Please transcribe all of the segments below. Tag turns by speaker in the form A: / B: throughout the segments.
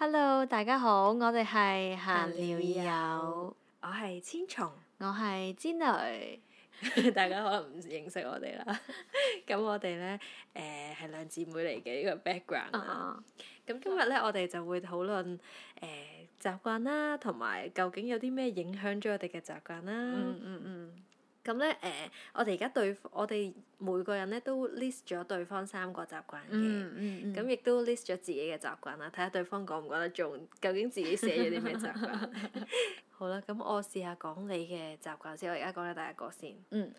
A: Hello，大家好，我哋係閒聊友，
B: 我係千松，
A: 我係煎女，
B: 大家可能唔認識我哋啦。 咁我哋呢，誒係兩姊妹嚟嘅呢個 background 啦。
A: 啊
B: 咁今日呢，我哋就會討論誒習慣啦，同埋究竟有啲咩影響咗我哋嘅習慣啦
A: 嗯。嗯嗯，
B: 咁呢，誒，我哋而家對我哋每個人呢都 list 咗對方三個習慣嘅。
A: 嗯
B: 咁亦都 list 咗自己嘅習慣啦，睇下對方講唔講得中，究竟自己寫咗啲咩習慣。 好啦，咁我試下講你嘅習慣先，我而家講你第一個先。
A: 嗯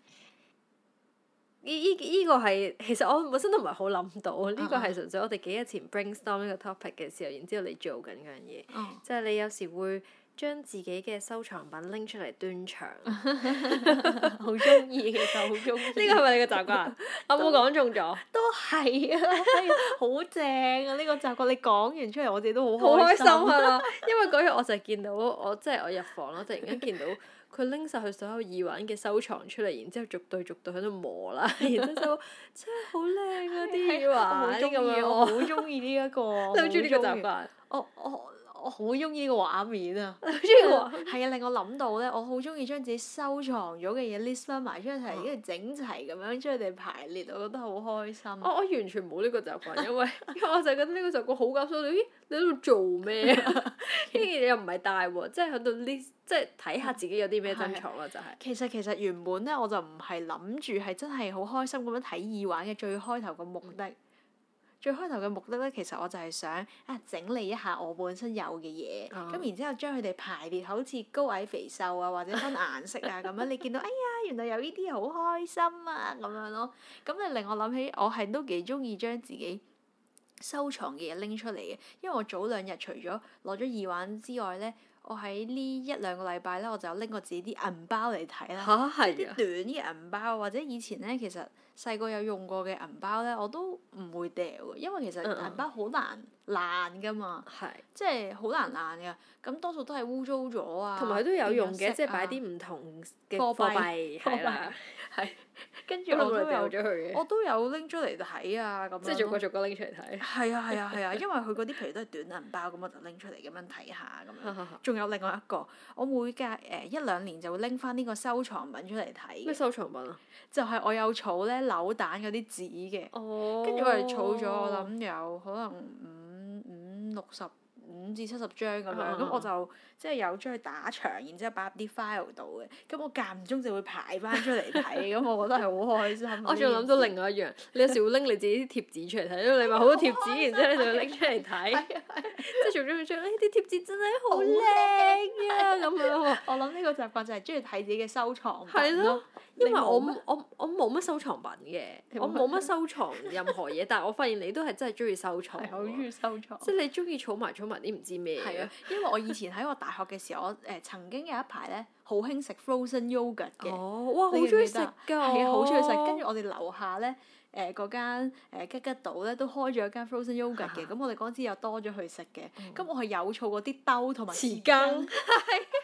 B: 呢依依個係其實我本身都唔係好諗到，呢個
A: 啊啊
B: 係純粹我哋幾日前 brainstorm 呢個 topic 嘅時候，然之後你做緊嗰樣嘢，
A: 哦，
B: 就係你有時會將自己嘅收藏品拎出嚟 端詳。呢
A: 好中意，其實好中意。呢
B: 個係咪你嘅習慣？啊我冇講中咗，
A: 都係啊，好正啊！呢個習慣你講完出嚟，我哋都
B: 好
A: 好
B: 開心
A: 心啊！
B: 啊！因為嗰日我就見到我即係我入房啦，突然間見到佢拎晒佢所有耳環嘅收藏出嚟，然之後逐對逐對喺度磨啦，然之後就真係好靚啊啲
A: 我 好
B: 耳環
A: 中
B: 咁
A: 意，
B: 樣
A: 我
B: 我。
A: 好中意呢一 個，
B: 你好中意呢個
A: 我好
B: 習
A: 鍾
B: 慣？
A: 我我我好中意呢個畫面啊！
B: 你好中意喎？
A: 係啊，令我諗到咧，我好中意將自己收藏咗嘅嘢 list 翻埋出
B: 哦
A: 嚟，跟住整齊咁樣將佢哋排列，我覺得好開心。啊
B: 我 我完全冇呢個習慣，因為 因為我就覺得呢個習慣好搞笑。咦，你喺度做咩 啊？呢件嘢又唔係大喎，即係喺度 list，即係睇下自己有啲咩珍藏啊咯，就係。
A: 其實其實原本咧，我就唔係諗住係真係好開心咁樣睇耳環嘅最開頭嘅目的。最開頭嘅目的咧，其實我就係想啊整理一下我本身有嘅嘢，咁、
B: 哦
A: 然之後將佢哋排列好似高矮肥瘦啊，或者分顏色啊咁樣，你見到哎呀原來有呢啲好開心啊咁樣咯，咁你令我諗起我係都幾中意將自己收藏嘅嘢拎出嚟嘅，因為我早兩日除咗攞咗耳環之外咧，我喺呢一兩個禮拜咧，我就有拎過自己啲銀包嚟睇啦。
B: 嚇係
A: 啲
B: 啊！
A: 短嘅銀包，或者以前咧，其實細個有用過嘅銀包咧，我都唔會掉嘅，因為其實
B: 嗯嗯
A: 銀包好難爛噶嘛，
B: 係，
A: 即係好難爛噶。咁多數都係污糟咗啊，
B: 同埋佢都有用
A: 變
B: 嘅，
A: 咗
B: 即
A: 色
B: 係擺
A: 啊
B: 啲唔同嘅
A: 貨
B: 貨
A: 幣
B: 幣
A: 貨幣
B: 係啦，係。
A: 跟住
B: 咁
A: 我
B: 我
A: 都
B: 咪掉
A: 有，
B: 咗佢嘅，
A: 我都有拎出嚟睇啊咁樣咯。
B: 即係逐個逐 個拎出嚟睇。
A: 係啊係啊係啊，因為佢嗰啲譬如都係短銀包，咁我就拎出嚟咁樣睇下咁樣。仲有另外一個，我每隔誒、一兩年就會拎翻呢個收藏品出嚟睇嘅，
B: 咩收藏品啊？
A: 就係我有儲咧扭蛋嗰啲紙嘅。
B: 哦
A: 跟住我哋儲咗，我諗有可能五五六十五至七十張咁樣，咁、
B: 嗯嗯
A: 我就即係有將佢打長，然之後擺入啲 file 度嘅，咁我間唔中就會排翻出嚟睇，咁我覺得係好開心嘅呢件事。
B: 我仲諗到另外一樣，你有時會拎你自己啲貼紙出嚟睇，因為你買好多貼 紙，然之後你就會拎出嚟睇。
A: 係啊，係啊
B: 即係做咗佢張，呢哎啲貼紙真係好
A: 好
B: 靚啊！咁樣喎，
A: 我諗呢個習慣就係中意睇自己嘅收藏
B: 係
A: 品
B: 咯
A: 咯。，
B: 因為
A: 你冇
B: 我
A: 咩
B: 我我冇乜收藏品嘅，
A: 你冇
B: 我
A: 乜
B: 冇乜收藏任何嘢，但係我發現你都係真係中意收藏
A: 係好中
B: 喎，
A: 意收藏。
B: 即係你中意儲埋儲埋啲唔知咩
A: 係
B: 嘅
A: 啊，，因為我以前喺我大學嘅時候，我誒、曾經有一排咧好興食 frozen yogurt 嘅。
B: 哦，哇，
A: 你記
B: 好
A: 唔
B: 中意
A: 記
B: 食
A: 得
B: 㗎
A: 啊，係啊，
B: 哦
A: 好中意食。跟
B: 住
A: 住我哋樓下咧，誒嗰間誒吉吉島咧都開咗一間 frozen yogurt 嘅，咁我哋嗰陣時又多咗去食嘅。
B: 嗯
A: 咁我係有儲嗰啲兜同埋
B: 匙羹，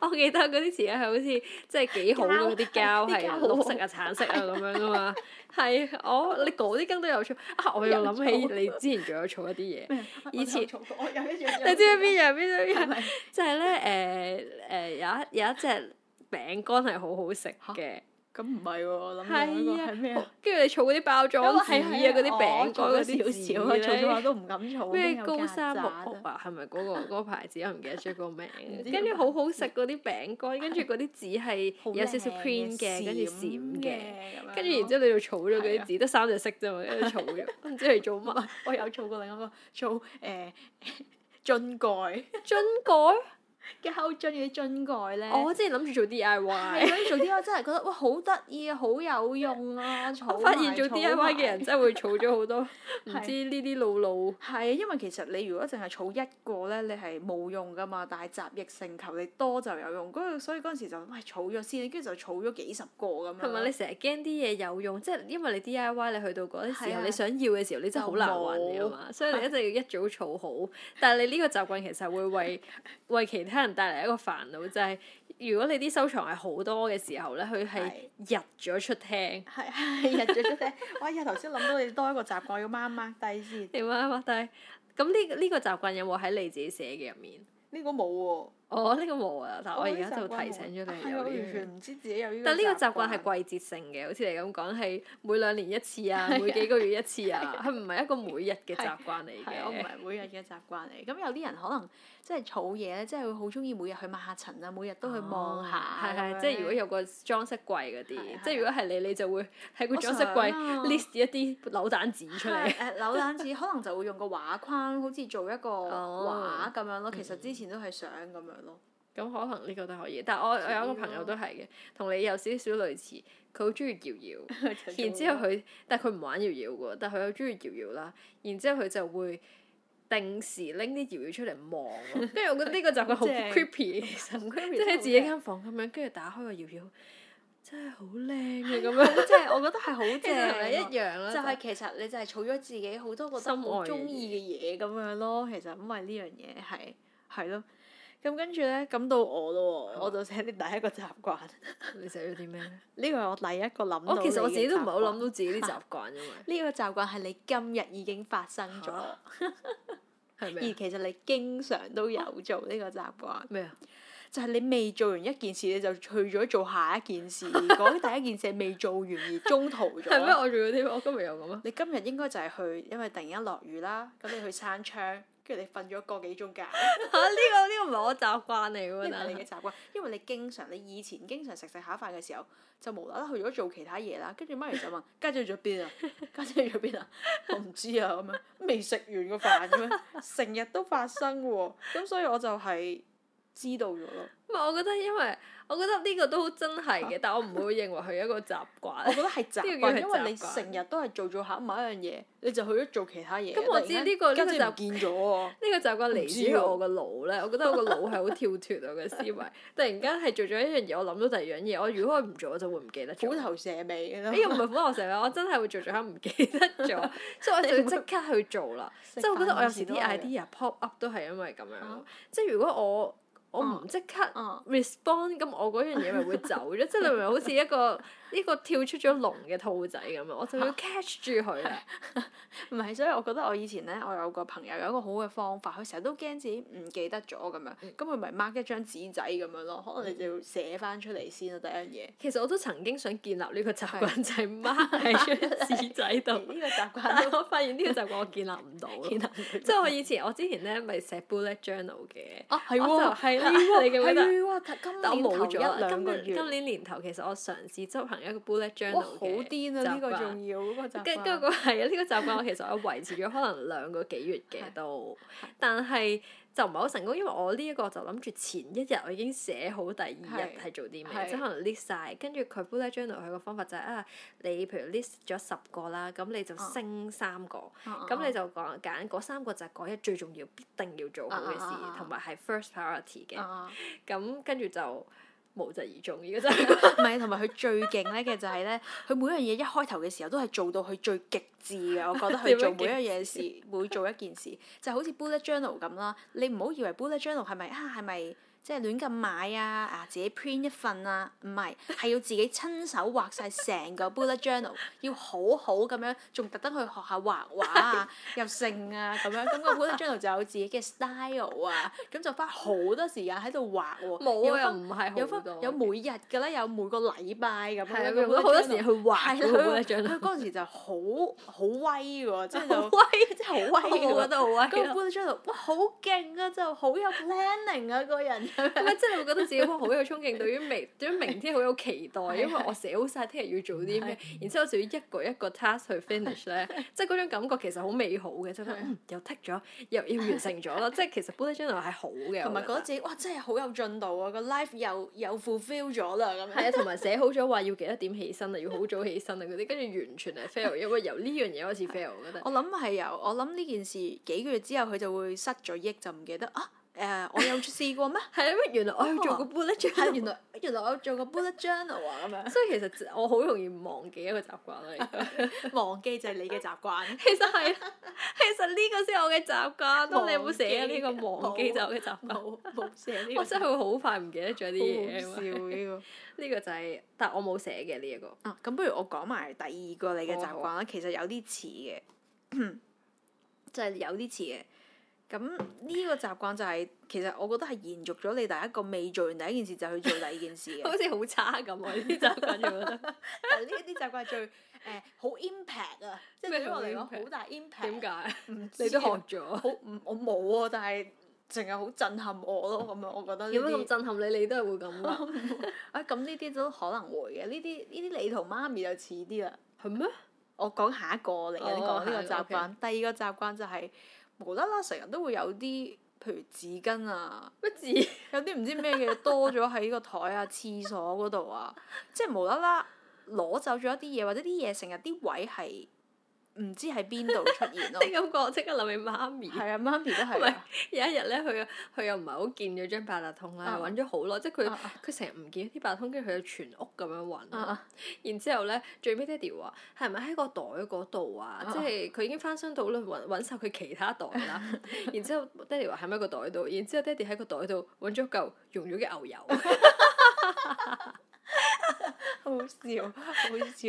B: 我記得嗰啲匙羹係好似即係幾好嘅嗰啲
A: 膠
B: 膠係
A: 膠
B: 綠色啊、橙色啊咁樣噶嘛， 係我你嗰啲羹都有儲啊！ 我又諗
A: 有儲
B: 起你之前仲有儲一啲嘢。
A: 咩？
B: 以
A: 我
B: 前
A: 有儲過我有一樣。
B: 你知唔知邊樣邊樣
A: 係
B: 邊樣？
A: 咪？
B: 就係咧誒誒有一有一隻餅乾係好好食嘅，
A: 咁唔係喎，我諗
B: 係啊
A: 緊嗰個係咩啊？哦
B: 跟住你儲嗰啲包裝紙啊，嗰啲餅乾
A: 嗰
B: 嗰啲
A: 少
B: 紙
A: 少啊，儲咗下
B: 咧。
A: 都唔敢儲。邊
B: 咩
A: 有
B: 高
A: 曱
B: 山木
A: 甴
B: 屋啊？係咪 嗰個嗰個牌子？我唔記得咗個名
A: 唔。知
B: 跟住
A: 個
B: 好好食嗰啲餅乾，跟住嗰啲紙
A: 好
B: 係有少少
A: 靚
B: cream 嘅，跟住
A: 閃
B: 閃嘅。
A: 嘅
B: 跟住然之後你就儲
A: 係
B: 咗嗰啲
A: 啊
B: 紙，得三隻色啫嘛，跟住儲咗， 我唔知你做乜。
A: 我有做過另一個做誒 樽蓋
B: 樽蓋，
A: 膠樽嗰啲樽蓋咧。
B: 我之前諗住做 D I
A: 係
B: Y，
A: 咁做 DIY 真係覺得哇好得意啊，好有用啊！儲
B: 我發現
A: 埋
B: 做
A: 儲
B: D I Y 嘅人
A: 埋
B: 真係會儲咗好多唔
A: 係
B: 知呢啲路路。
A: 係啊，因為其實你如果淨係儲一個咧，你係冇用噶嘛。但係集腋成裘，你多就有用。嗰所以嗰陣時就喂儲咗先，跟住就儲咗幾十個咁樣。
B: 同埋你成日驚啲嘢有用，即係因為你 D I Y 你去到嗰啲時
A: 係
B: 候，
A: 啊
B: 你想要嘅時候，你真係好難揾㗎 嘛，所以你一定要一早儲好。但係你呢個習慣其實會為 為其他人帶嚟一個煩惱，就係、如果你啲收藏係好多嘅時候咧，佢係入咗出廳。
A: 係係日咗出嚟，我日頭先諗到你多一個習慣要掹掹低先。
B: 點啊？但係咁呢呢個習慣有冇喺你自己寫嘅入面？
A: 呢個冇喎。
B: 哦，呢個冇啊，但係我
A: 呢
B: 而家就
A: 習慣
B: 提醒咗你有
A: 冇係啊我完
B: 呢樣。
A: 全唔知自己有呢個。
B: 但呢個習慣係季節性嘅，好似你咁講係每兩年一 次啊，每幾個月一次啊，係唔係一個每日嘅習慣嚟
A: 係我唔
B: 嘅？
A: 係每日嘅習慣嚟。咁有啲人可能即係儲嘢咧，即係會好中意每日去抹下塵啊，每日都去望下
B: 哦
A: 咁樣
B: 係
A: 咧。
B: 係，即係如果有個裝飾櫃嗰
A: 係
B: 啲，
A: 係
B: 即係如果係你，你就會喺個
A: 我
B: 裝飾櫃
A: 想啊
B: list 一啲扭蛋紙出嚟
A: 係。誒扭蛋紙可能就會用個畫框，好似做一個
B: 哦
A: 畫咁樣咯。其實之前都係相咁樣咯。
B: 咁可能呢個都可以，但係我我有一個朋友都係嘅，同你有少少類似，佢好中意搖搖， 然之後佢但係佢唔玩搖搖嘅喎，但係佢又中意搖搖啦，然之後佢就會定時拎啲搖搖出嚟望 咯，跟住我覺得呢個習慣好
A: 正
B: creepy，其實
A: 同 Gary
B: 即係
A: 都
B: 喺自己
A: 好
B: 間房咁樣，跟住打開個搖搖，真係好靚嘅咁樣，
A: 正即係我覺 得係好
B: 即係
A: 正
B: 咪
A: 一樣。
B: 一樣啦？啊
A: 就係其實你就係儲咗自己好多覺得
B: 心愛
A: 好
B: 嘅
A: 中意嘅嘢咁樣咯。其實因為呢樣嘢係係咯。咁跟住咧，咁到我咯
B: 嗯
A: 喎，我就寫你第一個習慣。
B: 你寫咗啲咩咧？
A: 呢個係我第一個諗到
B: 我其實我
A: 你
B: 自
A: 嘅
B: 己都唔
A: 習
B: 係好
A: 慣
B: 諗到自己啲習慣， 因為
A: 呢個習慣係你今日已經發生咗，
B: 嚇
A: 而
B: 係咩啊？
A: 其實你經常都有做呢個習慣，
B: 咩啊？
A: 就係你未做完一件事，你就去咗做下一件 事，講第一件事係未做完而中途
B: 係咩？
A: 咗。
B: 我仲有啲咩？我今日有咁 啊？
A: 你今日應該就係去，因為突然間落雨啦，咁你去山窗，跟住你瞓咗個幾鐘覺，呢
B: 嚇！啊呢個呢個唔係我習慣 嚟喎，
A: 個係
B: 但
A: 你嘅
B: 係
A: 習慣，因為你經常你以前經常食食下飯嘅時候，就無啦啦去咗做其他嘢啦，跟住媽咪就問家姐去咗 邊啊？家姐去咗邊啊？我唔知啊咁樣，未食完個飯咁樣，成日都發生喎，咁所以我就係知道咗咯。
B: 唔係我覺得，因為我覺得呢個都真係嘅，但我唔會認為佢一個習
A: 我
B: 慣。
A: 覺得係習
B: 呢個叫
A: 慣，
B: 係
A: 因為你
B: 習慣
A: 成日都係做做下某一樣嘢，你就去咗做其他嘢。
B: 咁我知呢個
A: 跟
B: 呢
A: 住
B: 個
A: 唔見咗 喎。
B: 呢個習慣嚟自於
A: 唔知喎
B: 我個腦咧，我覺得我個腦係好跳脱我嘅思維。 突然間係做咗一樣嘢，我諗到第二樣嘢，我如果我唔做，我就會唔記得咗
A: 虎。頭蛇尾咯
B: 呢。哎個唔係虎頭蛇尾，我真係會做咗下唔記得 咗， 所以我就要即刻去做啦。即係我覺得我有時啲 idea pop up 都係因為咁樣
A: 啊
B: 咯即係如果我我唔
A: 嗯
B: 即刻
A: 嗯
B: respond，咁我嗰樣嘢咪會走 咗，即係你明唔明？好似一個呢個跳出咗籠嘅兔仔咁啊樣，我就要 catch 住佢啊啦。
A: 唔係，所以我覺得我以前咧，我有個朋友有一個好嘅方法，佢成日都驚自己唔記得咗咁樣，咁佢咪 mark 一張紙仔咁樣咯，可能你就要寫翻出嚟先咯，第一樣嘢。
B: 其實我都曾經想建立呢個習慣，就係 mark 喺張紙仔
A: 而
B: 度，
A: 呢個習慣
B: 但係我發現呢個習慣我建立唔到咯。
A: 建立
B: 即係我以前我之前咧咪寫 bullet journal 嘅，
A: 啊，係喎，
B: 我就係啦你記唔記
A: 係
B: 得
A: 喎，今
B: 但我
A: 啊年頭
B: 冇
A: 一
B: 咗啦。
A: 兩
B: 今
A: 個
B: 年
A: 月，
B: 今年年頭其實我嘗試執行一個
A: 哇，
B: bullet journal
A: 好
B: 嘅
A: 癲啊！呢個
B: 習慣
A: 重要嗰個習
B: 跟跟
A: 慣。
B: 個係啊，呢個習慣我其實我維持咗可能兩個幾月嘅都，但係就唔係好成功，因為我呢一個就諗住前一日我已經寫好第二日
A: 係
B: 係做啲咩，
A: 係
B: 即係可能 list 晒。跟住佢 bullet journal 佢個方法就係、啊，你譬如 list 咗十個啦，咁你就
A: 啊
B: 升三個，咁、
A: 咁
B: 你就講揀嗰三個就係嗰日最重要必定要做好
A: 啊
B: 嘅
A: 啊啊
B: 事
A: 啊，
B: 同埋係 first priority 嘅，
A: 啊，
B: 咁跟住就無疾而 終呢個真係。
A: 唔係，同埋佢最勁咧嘅就係咧，佢每樣嘢一開頭嘅時候都係做到佢最極致嘅。我覺得佢
B: 點樣
A: 做每一樣嘢事，每做一件事，就好似 bullet journal 咁啦。你唔好以為 bullet journal 係咪啊係咪即係亂咁買啊啊自己 print 一份啊？唔係，係要自己親手畫晒成個 bullet journal，要好好咁樣，仲特登去學下畫畫 啊，又剩啊咁樣。咁、個 bullet journal 就有自己嘅 style 啊，咁就花好多時間喺度畫喎。
B: 冇
A: 有
B: 啊，又
A: 分
B: 唔係好
A: 有分
B: 多
A: 有每日㗎啦，有每個禮拜咁
B: 係啊，
A: 樣。
B: 佢好多時間去畫
A: 係
B: 嗰個 bullet
A: 啦，佢 佢。
B: journal
A: 嗰陣時就好好威 啊喎，即係就
B: 威，
A: 即係好威
B: 我覺
A: 喎。
B: 得好威啊
A: 嗰個搬
B: 咯。
A: 咗出嚟，哇！好勁啊，就好有 planning 啊，個人。
B: 咁咪真係會覺得自己哇好有衝勁，對於明 對於明天好有期待，
A: 係
B: 因為我寫好晒聽日要做啲咩，然之後就要一個一個 task 去 finish 咧，即係嗰種感覺其實好美好嘅，即係覺得
A: 係
B: 嗯又剔咗，又又完成咗啦，即係其實 bullet journal 係好嘅，
A: 同埋覺
B: 嗰
A: 得自己哇，真係好有進度啊！個 life 又又 fulfill 咗啦咁
B: 係
A: 樣。
B: 啊，同埋寫好咗話要幾多點起身啊，要好早起身啊嗰啲，跟住完全係 fail，因為由呢樣嘢開始 fail，我覺得。
A: 我諗係由我諗呢件事幾個月之後，佢就會失咗憶，就唔記得啊誒，我有試過咩？
B: 係啊，原來我要做個 bullet
A: 係
B: journal，
A: 原 來原來我做過 bullet journal 啊咁
B: 所以其實我好容易忘記一個習慣啦。而家
A: 樣， 忘記就係你嘅習慣。
B: 其實係，啊 其實呢個先係我嘅習慣咯。
A: 忘記
B: 你有冇寫啊呢個忘記就係我嘅習慣？
A: 冇冇寫 呢個。
B: 我真係會好快唔記得咗啲嘢
A: 好
B: 啊
A: 好笑
B: 嘛。
A: 呢 個。
B: 呢個就係，但我冇寫嘅呢一個。
A: 啊，咁不如我講埋第二個你嘅習慣
B: 哦好
A: 啦，其實有啲似嘅，就係有啲似嘅，
C: 咁呢個習慣就係、其實我覺得係延續咗你第一個未做完第一件事就去做第二件事嘅
B: 好， 似好差咁喎！呢啲習慣做 得
C: 但係呢一啲習慣係最誒好 impact 啊，即係
B: 咩
C: 對於我嚟
B: 叫
C: 講
B: impact？
C: 好大 impact。
B: 點解？
C: 唔知 啊？
B: 你都學咗，
C: 好唔我冇啊，但係淨係好震撼我咯，咁樣我覺得 呢
B: 有乜咁
C: 啲。
B: 震撼你？你都係會咁㗎，
C: 啊，咁呢啲都可能會嘅，呢啲呢啲你同媽咪就似啲啦。
B: 係咩？
C: 我講下一個嚟嘅，你
B: 哦
C: 講
B: 下
C: 呢個
B: 一
C: 習
B: 個
C: 慣。第二個習慣就係無啦啦成日都會有啲，譬如紙巾啊，
B: 乜 字？
C: 有啲唔知咩嘅多咗喺個台啊、廁所嗰度啊， 即係無啦啦攞走咗一啲嘢，或者啲嘢成日啲位係唔知喺邊度出現咯。
B: 即咁講，即刻諗起媽咪。
C: 係啊，媽咪都係 啊。
B: 有一日咧，佢佢又唔係好見咗張八達通啦，
C: 啊
B: 揾咗好耐，即 係佢
C: 啊啊
B: 佢成日唔見啲八達通，跟住佢就全屋咁樣揾
C: 啊
B: 啦。
C: 啊
B: 然之後咧，最尾爹哋話係咪喺個袋嗰度啊
C: 啊？
B: 即係佢已經翻箱倒論揾揾曬佢其他袋啦。然之後爹哋話係咪喺個袋度？然之後爹哋喺個袋度揾咗嚿溶咗嘅牛油，
C: 好笑，好笑！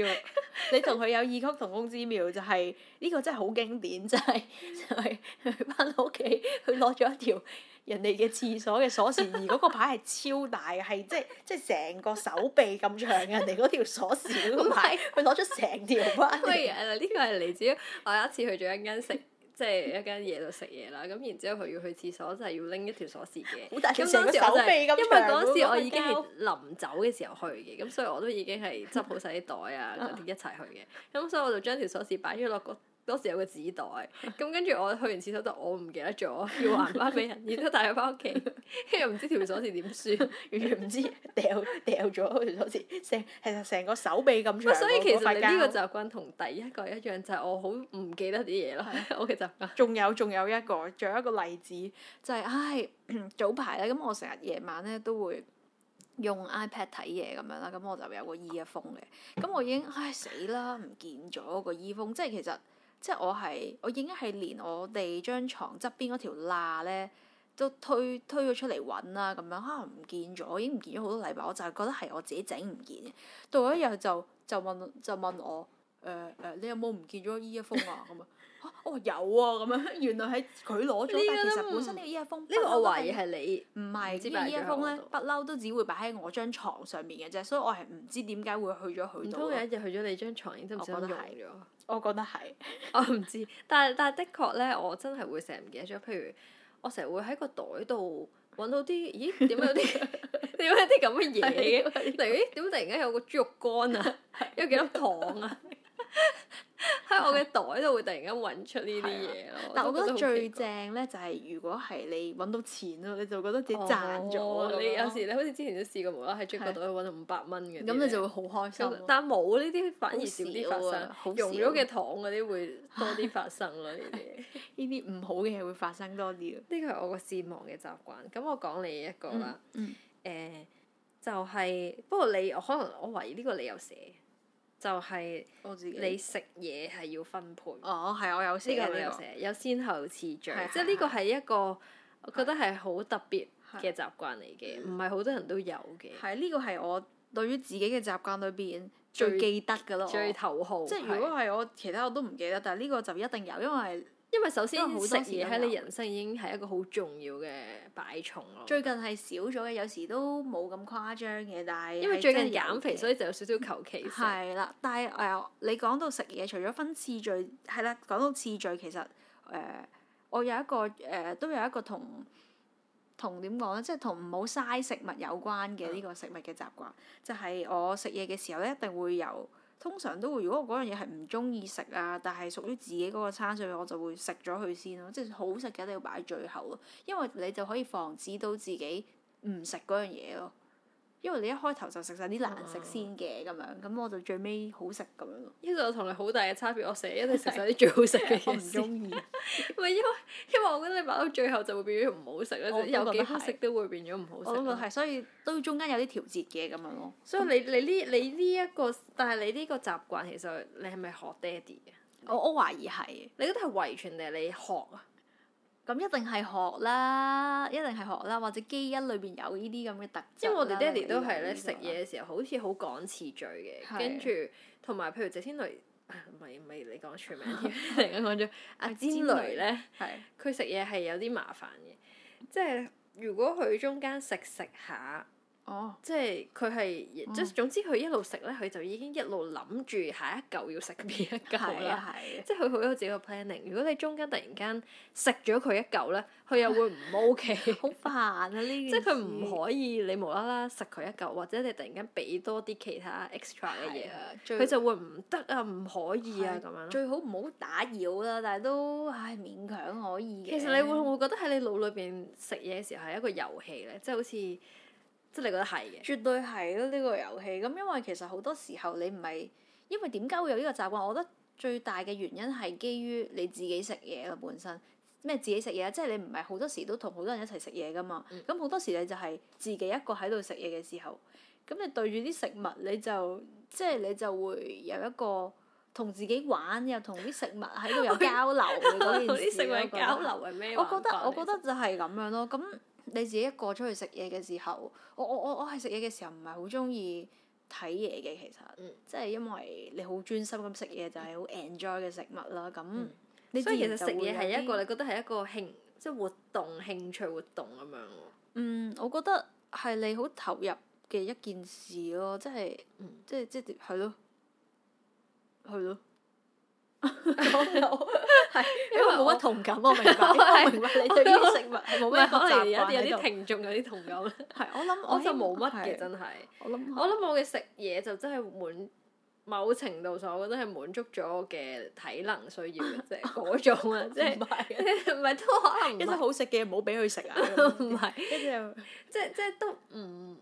C: 你同佢有異曲同工之妙，就係、呢、個真係好經典，就係、
B: 嗯
C: 就係佢翻到屋企，佢攞咗一條人哋嘅廁所嘅鎖匙，而嗰個牌係超大嘅，係即係即係成個手臂咁長嘅人哋嗰條鎖匙嗰個牌，佢攞咗成條 翻
B: 乜
C: 嚟。
B: 嘢啊？呢個係嚟自於我有一次去咗一間食。即係一間嘢度食嘢啦，咁然之後佢要去廁所就係要拎一條鎖匙嘅，
C: 好大條
B: 啊咁
C: 成
B: 當
C: 個
B: 時
C: 手
B: 我就
C: 臂
B: 係因
C: 咁長
B: 為嗰時我已經
C: 嗰個膠
B: 係臨走嘅時候去嘅，咁所以我都已經係執好晒啲袋啊嗰啲一齊去嘅，咁所以我就將條鎖匙擺咗落個。當時有個紙袋，咁跟住我去完廁所就我唔記得咗， 要還翻俾人，然之後帶佢翻屋企，跟住又唔知條鎖匙點算，
C: 完全唔知掉掉咗嗰條鎖匙，成其實成個手臂咁長。
B: 咁所以其實
C: 實
B: 你呢個習慣同第一個一樣，就係、我好唔記得啲嘢咯，啊我嘅習慣。
C: 仲有仲有一個，仲有一個例子就係、唉 早排咧，咁我成日夜晚咧都會用 iPad 睇嘢咁樣啦，咁我就有個 earphone 嘅，咁我已經唉死啦，唔見咗個 earphone，即係其實即係我係我已經係連我哋張床側邊嗰條罅咧。都推推咗出嚟揾啦，咁樣可能唔見咗，已經唔見咗好多禮拜，我就係覺得係我自己整唔見嘅。到咗一日就就問就問我誒誒、呃你有冇唔見咗 earphone 啊？咁啊，嚇我話有啊，咁樣原來係佢攞咗，但係其實本身呢個 E earphone
B: 呢個我懷疑係你
C: 唔係
B: 唔知
C: 呢個
B: 擺咗喺
C: earphone
B: 我
C: 咧，
B: 度
C: 不嬲都只會擺喺我張床上面嘅啫，所以我係唔知點解會去咗
B: 唔
C: 佢度
B: 通
C: 咯
B: 有。一日去咗你張床，然之後唔小心
C: 我覺
B: 用
C: 得係
B: 咗。
C: 我覺得係，
B: 我唔知，但係但係的確咧，我真係會成日唔記得咗。譬如我成日會喺個袋度揾到啲，咦點解有啲 點解有啲咁嘅嘢
C: 啊
B: 嘅？例如咦點解突然間有個豬肉乾啊，有幾粒糖啊，喺我嘅袋度會突然間揾出呢啲嘢咯。
C: 啊但我覺
B: 都
C: 得
B: 好
C: 最
B: 奇怪
C: 正咧就係如果係你揾到錢咯，你就覺得自己賺咗
B: 哦
C: 咁樣咯。
B: 你有時你好似之前都試過無啦啦喺豬肉袋度揾到五百蚊嘅，
C: 咁你就會好開心
B: 咁
C: 咯。
B: 但冇呢啲反而
C: 好
B: 少啲
C: 少
B: 發
C: 啊
B: 生，
C: 好
B: 溶咗
C: 少
B: 嘅糖嗰啲會多啲發生咯呢啲嘢。
C: 呢啲唔好嘅嘢會發生多啲咯。
B: 呢個係我個善忘嘅習慣。咁我講你一個啦，
C: 嗯，
B: 誒、就係、不過你我可能我懷疑呢個你有寫，就係、
C: 我自己。
B: 你食嘢係要分配，呢
C: 哦，係我有寫
B: 個你
C: 嘅
B: 有
C: 呢個。
B: 寫，有先後次序，即
C: 係
B: 係呢個係一個我覺得係好特別
C: 係嗯
B: 嘅習慣嚟嘅，唔係好多人都有嘅，
C: 係呢個係我對於自己嘅習慣裏邊
B: 最
C: 最記得㗎咯。
B: 最
C: 我
B: 頭號。
C: 即係如果係我其他我都唔記得，但係呢個就一定有，因為
B: 因為首先
C: 因為好多
B: 食
C: 時
B: 嘢
C: 都
B: 喺你
C: 有
B: 人生已經係一個好重要嘅擺重咯。
C: 最近係少咗嘅，有時都冇咁誇張嘅，但係
B: 因為最
C: 係
B: 近
C: 真係有
B: 減肥，
C: 嘅
B: 所以就有少少求其食。
C: 係啦，但係誒、呃你講到食嘢，除咗分次序，係啦，講到次序，其實誒、呃我有一個誒、呃都有一個同同點講咧，即係同唔好嘥食物有關嘅呢個食物嘅習慣，就係、我食嘢嘅時候咧，一定會有。通常都會，如果我嗰樣嘢係唔中意食啊，但係屬於自己嗰個餐上面，我就會食咗佢先咯。即係好食嘅一定要擺最後咯，因為你就可以防止到自己唔食嗰樣嘢咯。因為你一開頭就食晒啲難食先嘅咁樣，咁我就最尾好食咁樣咯。
B: 呢個我同你好大嘅差別，我成日一定食晒啲最好食嘅
C: 我
B: 嘢
C: 唔
B: 先。
C: 中意，
B: 唔係因為因為我覺得你擺到最後就會變咗唔好食
C: 我
B: 啦，
C: 都
B: 有
C: 覺
B: 幾
C: 得
B: 好食
C: 係
B: 都會變咗唔好
C: 我
B: 食啊
C: 都覺得
B: 咯。
C: 係，所以都中間有啲調節嘅咁樣咯。
B: 所以你你呢你呢一個，但係你呢個習慣其實你係咪學爹哋嘅？
C: 我我懷疑係，
B: 你覺得係遺傳定係你學啊？
C: 咁一定係學啦，一定係學啦，或者基因裏邊有呢啲咁嘅特質啦。
B: 因為我哋爹哋都
C: 你會
B: 係
C: 有
B: 咧
C: 呢
B: 食
C: 個啦
B: 嘢嘅時候好似好講次序嘅，
C: 係
B: 跟住同埋譬如謝天雷 唔係唔係你講全名 添，突然間講咗阿煎雷咧，
C: 係
B: 佢食嘢係有啲麻煩嘅，即係如果佢中間食食下，
C: 哦，
B: 即係佢
C: 嗯
B: 係即係總之佢一路食咧，佢就已經一路諗住下一嚿要食邊一嚿
C: 係
B: 啦。
C: 啊係啊，
B: 即係佢好有自己嘅 planning。如果你中間突然間食咗佢一嚿咧，佢又會唔 OK。
C: 好煩啊呢
B: 即
C: 件
B: 係
C: 事。
B: 佢唔可以你無啦啦食佢一嚿，或者你突然間俾多啲其他 extra 嘅嘢啊，
C: 係啊
B: 佢就會唔得啊，唔可以啊
C: 係
B: 咁樣咯。
C: 最好唔好打擾啦，但係都唉勉強可以嘅。
B: 其實你會唔會覺得喺你腦裏邊食嘢嘅時候係一個遊戲咧？即係好似即係你覺得係 嘅，
C: 絕對係咯呢個遊戲，咁因為其實好多時候你唔係，因為點解會有呢個習慣？我覺得最大嘅原因係基於你自己食嘢啦本身。咩自己食嘢啊？即係你唔係好多時都同好多人一齊食嘢噶嘛。咁好、多時你就係自己一個喺度食嘢嘅時候，咁你對住啲食物你就即係你就會有一個同自己玩又同啲食物喺 度有交流嘅嗰
B: 同
C: 件
B: 啲
C: 事
B: 食
C: 咯。我
B: 物
C: 覺得
B: 交流係咩
C: 我
B: 玩法
C: 覺
B: 嚟？
C: 得我覺得就係咁樣咯。咁你自己一個出去食嘢嘅時候，我我我我係食嘢嘅時候唔係好中意睇嘢嘅，其實，
B: 嗯
C: 即係因為你好專心咁食嘢就係好 enjoy 嘅食物啦。咁、
B: 嗯
C: 你
B: 所以其實食
C: 自然就會
B: 嘢係
C: 有
B: 一個
C: 啲
B: 你覺得係一個興即係活動、興趣活動咁樣喎。
C: 嗯，我覺得係你好投入嘅一件事咯，即係、
B: 嗯
C: 即係即係係咯，係咯。講唔到，係因為冇乜同感，我 明白，我明白你對於食物係
B: 唔
C: 冇咩
B: 係
C: 個
B: 可能
C: 習
B: 有啲
C: 慣
B: 有
C: 喺
B: 啲
C: 度。
B: 聽眾有啲同感，
C: 係，我諗
B: 我就
C: 希
B: 冇乜
C: 係
B: 嘅真係。
C: 我諗
B: 我諗我嘅食嘢就真係滿某程度上，我覺得係滿足咗我嘅體能需要嘅 啫，嗰種啊，即係
C: 係
B: 唔係都可能唔
C: 一啲
B: 係
C: 好食嘅唔好俾佢食啊！
B: 唔係，
C: 跟住又
B: 即係即係都唔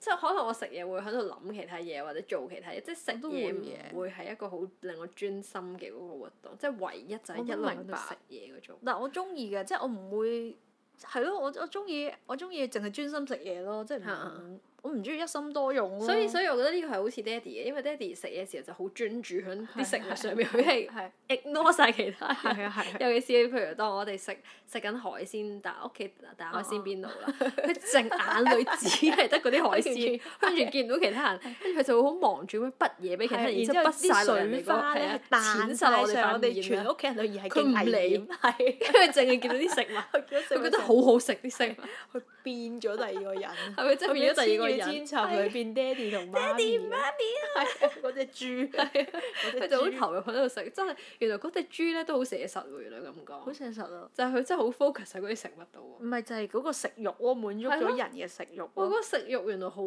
B: 即係可能我食嘢會喺度諗其他嘢或者做其他嘢，即係食
C: 我都會
B: 嘢
C: 嘅
B: 唔會係一個好令我專心嘅嗰個活動，即係唯一就係
C: 我
B: 一
C: 都
B: 路喺
C: 明
B: 度
C: 白
B: 食嘢嗰種。
C: 嗱，我中意嘅，即係我唔會係咯，我我中意我中意淨係專心食嘢咯，即係
B: 啊啊
C: 唔我唔中意一心多用咯。
B: 所以所以我覺得呢個係好似爹哋嘅，因為爹哋食嘢嘅時候就好專注喺啲食物上面，佢係
C: 係
B: ignore 晒其他嘢。
C: 係啊係啊，
B: 尤其是譬如當我哋食食緊海鮮，但屋企打海
C: 哦
B: 鮮邊爐啦，佢淨眼裏只係得嗰啲海 鮮，跟住見唔到其他人，跟住佢就會好忙住咁樣滗嘢俾其他人，然
C: 係
B: 之後滗晒
C: 然之後啲
B: 落人哋
C: 水
B: 個係
C: 花咧
B: 啊，
C: 彈
B: 濺晒落我
C: 曬
B: 哋
C: 上
B: 塊
C: 我哋
B: 面
C: 全
B: 啦，
C: 屋企人度，而係
B: 佢唔
C: 勁危險， 係
B: 因為淨係見到啲食 物，佢
C: 佢
B: 覺得好好食啲食物，
C: 佢變咗第二個人。
B: 啊 係咪真係啊變咗第二個
C: 千
B: 人？
C: 與千尋裏邊爹哋同媽
B: 爹哋
C: 咪
B: 媽
C: 啊，係啊嗰只豬，嗰隻
B: 啊佢就好
C: 豬
B: 投入喺度食，真係原來嗰只豬咧都好寫實喎，原來咁
C: 好
B: 講，
C: 誠實啊！
B: 就係佢真係好 focus 喺嗰啲食物度喎。
C: 唔係就係嗰個食慾咯，滿足
B: 係咯
C: 咗人嘅食慾
B: 我覺
C: 咯。
B: 得食肉原來好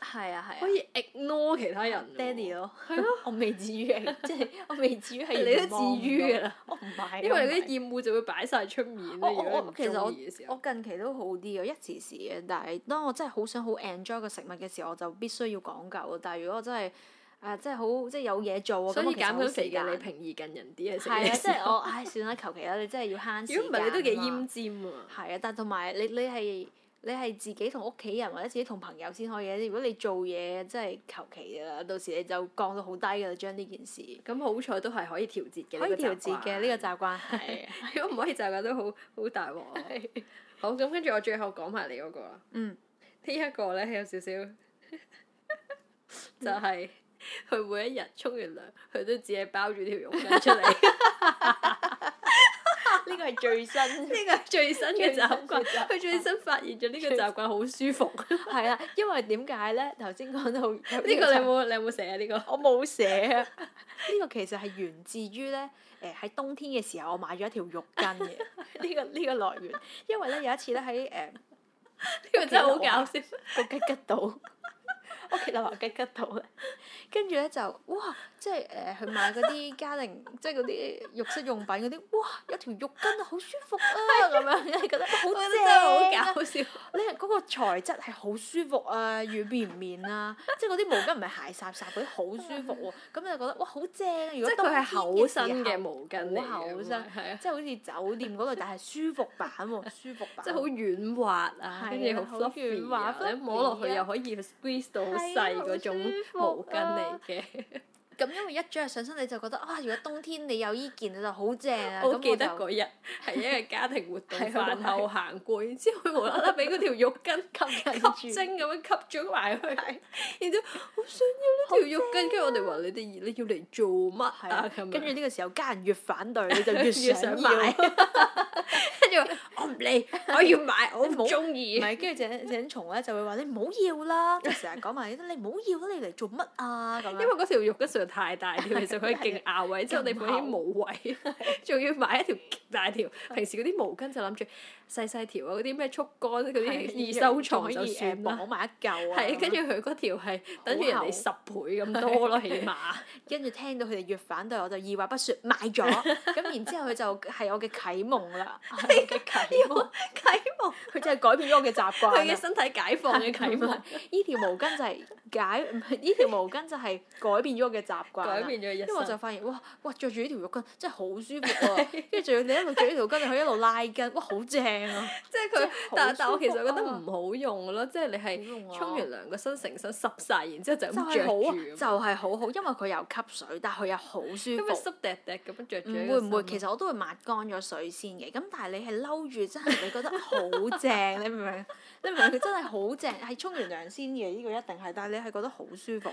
C: 係啊
B: 可
C: 係啊
B: 以 ignore 其他人喎。
C: ，Daddy 咯，
B: 係咯，
C: 我未至於係，即係我未至於係
B: 你都至於㗎
C: 啦。
B: 啦。
C: 我唔係，
B: 因為
C: 我唔
B: 你
C: 係
B: 嗰啲厭惡就會擺晒出面啦。
C: 我
B: 如
C: 我
B: 果
C: 我
B: 唔
C: 其實
B: 中
C: 我
B: 意嘅時候，
C: 我近期都好啲嘅，一時時嘅。但係當我真係好想好 enjoy 個食物嘅時候，我就必須要講究。但係如果我真係誒，即係好即係有嘢做啊，
B: 所以
C: 咁我其實
B: 減緊
C: 好時
B: 肥
C: 間
B: 嘅你平易近人啲係食
C: 係啊，
B: 嘢
C: 即
B: 時
C: 係
B: 候。
C: 我唉算啦，求其啦，你真係要 慳時間
B: 如果唔係你都幾
C: 啊嘛
B: 奄尖啊！
C: 係啊，但同埋你你係你係自己同屋企人或者自己同朋友先可以嘅。如果你做嘢真係求其㗎啦，到時你就降到好低㗎啦，將呢件事
B: 咁好彩都係可以調節嘅，
C: 可以調
B: 調
C: 節嘅 呢個習慣係。啊
B: 個。如果唔可以就係都好好大鑊啊。 好咁，跟住我最後講埋你嗰個啦。
C: 嗯，
B: 呢一個咧有少少 就係
C: 嗯
B: 佢每一日沖完涼，佢都只係包住條浴巾 出嚟。
C: 呢個係最新。
B: 呢個係最新嘅習慣，
C: 最
B: 佢
C: 新嘅習慣
B: 最新發現咗呢個習慣好舒服。
C: 係啊，因為點解咧？頭先講到 呢個
B: 呢個你有冇你有冇寫啊？呢個
C: 我冇寫啊。呢個其實係源自於咧，誒、呃喺冬天嘅時候，我買咗一條浴巾嘅。 呢、個 呢、個來源，因為咧有一次咧喺誒
B: 呢個真係好搞笑。
C: 個吉吉島，屋企樓下吉吉島咧，跟住咧就哇，即係誒去買嗰啲家庭，即係嗰啲浴室用品嗰啲，哇，有條浴巾啊，好舒服啊，咁樣你覺得 好
B: 我覺得
C: 正
B: 真
C: 啊
B: 係好搞笑。
C: 你係嗰個材質係好舒服啊，軟綿綿啊， 即係嗰啲毛巾唔係鞋霎霎嗰啲，好舒服喎、咁你就覺得哇好正啊！
B: 即
C: 如果
B: 係佢係厚身嘅
C: 冬天時候
B: 毛巾嚟嘅，
C: 好厚身
B: 啊係啊，
C: 即係好似酒店嗰類，但係舒服版喎、 舒服版。
B: 即係好軟滑啊，
C: 係
B: 跟住
C: 啊
B: 好
C: 好
B: fluffy
C: 軟滑
B: 啊，你摸落
C: fluffy
B: 去
C: 啊
B: 又可以 squeeze 到好
C: 係啊
B: 細嗰種
C: 好舒服
B: 毛巾
C: 啊
B: 嚟嘅。
C: 咁因為一着上身你就覺得啊，如果冬天你有依件就好正啊，咁
B: 我記
C: 我
B: 得
C: 就
B: 嗰日係因為家庭活動
C: 係啊
B: 飯後行過，然之後佢無啦啦俾嗰條浴巾吸
C: 吸
B: 吸
C: 住。
B: 精咁樣吸咗埋去，
C: 係
B: 然之後好想要呢條浴巾，跟住我哋話你哋你要嚟做乜
C: 係啊
B: 啊？咁
C: 跟
B: 樣
C: 住呢個時候家人越 反對，你就越
B: 越
C: 想
B: 想
C: 要。
B: 買
C: 唔
B: 跟住話我唔理，我要 買，我唔中意。
C: 係，跟住鄭鄭松咧就會話你唔好要啦，就成日講埋你唔好要啦，你嚟做乜啊咁
B: 因
C: 樣
B: 為。嗰條肉筋實在太大條，其實佢係勁
C: 啊
B: 牙位，之後我哋本身冇位， 仲要買一條極大條。平時嗰啲毛巾就諗住細細條啊，嗰啲咩速乾嗰
C: 係
B: 啲易收藏
C: 仲
B: 就
C: 可以誒
B: 算啦
C: 綁。埋一嚿啊。咁
B: 呃係，
C: 樣
B: 跟住佢嗰條係等於人
C: 好厚
B: 哋十倍咁多咯，起 碼。
C: 跟住聽到佢哋越反對，我就二話不說買咗。 咁然之後佢就係我嘅啟蒙啦，係我嘅啟蒙。
B: 啟蒙，
C: 佢真係改變咗我嘅習 慣
B: 佢嘅
C: 啦。
B: 身體解放嘅啟 蒙，
C: 呢條毛巾就係解，唔係呢條毛巾就係改變咗我嘅習慣啦
B: 改變咗一
C: 因為我就
B: 生。
C: 發現，哇哇著住呢條浴巾真係好舒服 喎、跟住仲要你一路着呢條巾，佢一路拉筋，哇好正啊！
B: 即係佢，但但我其實覺得
C: 好
B: 唔
C: 舒
B: 好用啊咯，即係你係沖完涼個身成身濕晒，然之後就
C: 就
B: 咁
C: 係
B: 着
C: 好啊，
B: 住咁，
C: 就係好好，因為佢又吸水，但係佢又好舒
B: 因為
C: 服。
B: 濕滴滴咁樣着住喺
C: 唔
B: 個身咯。
C: 會唔會，其實我都會啊抹乾咗水先嘅。咁但係你係嬲住，真係你覺得好正，你明唔明？ 你明唔明？佢真係好正，係沖完涼先嘅，呢、個一定係。但係你係覺得好舒服。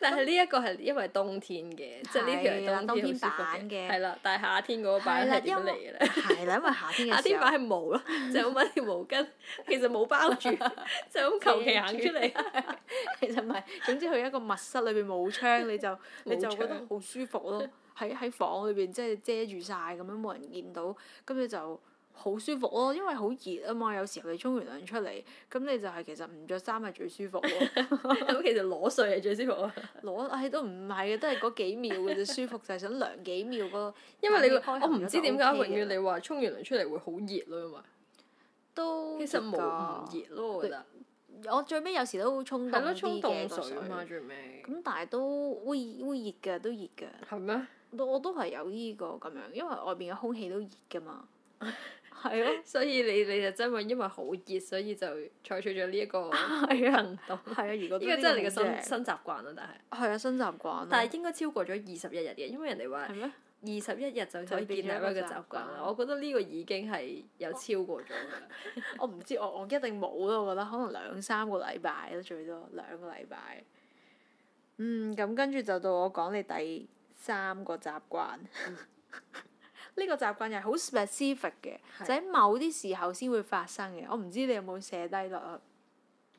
B: 但係呢一個係因為冬天嘅，即係呢條
C: 係啦啊
B: 係冬天好舒服
C: 冬天版嘅
B: 係啦，但係夏天嗰個版係點嚟嘅咧？
C: 係啦，因為夏天
B: 夏
C: 嘅時
B: 天
C: 候，
B: 版係毛 咯，就咁揾條毛巾，其實冇包住，就咁求其行出 嚟。
C: 其實唔係，總之佢一個密室裏邊冇窗，你 就你就覺得
B: 冇
C: 好舒服咯。喺喺房裏邊即係遮住晒，咁樣冇人見到，咁你就好舒服咯。因為好熱啊嘛，有時候你沖完涼出嚟，咁你就係其實唔着衫係最舒服喎。
B: 咁其實裸睡係最舒服啊，
C: 攞唉都唔係嘅，都係嗰幾秒嘅啫，舒服就係想涼幾秒嗰個。
B: 因為你
C: 但係
B: 我唔知點解
C: 開
B: 永
C: 喉咗就
B: 遠
C: OK 嘅
B: 你話沖完涼出嚟會好熱咯，因為
C: 都
B: 其實冇唔熱咯，我覺得
C: 熱。我最尾有時都
B: 係
C: 衝動
B: 咯，
C: 啲
B: 沖
C: 嘅個
B: 凍水
C: 水
B: 啊。嘛最尾
C: 咁但係都會會熱嘅，都熱嘅。
B: 係咩？
C: 都我都係有呢個咁樣，因為外邊嘅空氣都熱㗎 嘛。係咯，
B: 所以你你就真係因為好熱，所以就採取咗呢一個
C: 係啊，
B: 行動。
C: 係啊，如果
B: 呢個嗯真係你嘅
C: 嘅
B: 新新習慣咯，但係。
C: 係啊新習慣咯。
B: 但係應該超過咗二十一日嘅，因為人哋話
C: 係咩？
B: 二十一日嗯就可以建立一個習慣啦。我覺得呢個已經係有超過咗㗎啦。
C: 我唔知，我我一定冇咯，我覺得可能兩三個禮拜咯，最多兩個禮拜。嗯，咁跟住就到我講你第三個習慣。 呢個習慣又係好 specific 嘅，
B: 係
C: 就喺某啲時候先會發生嘅。我唔知你有冇寫低落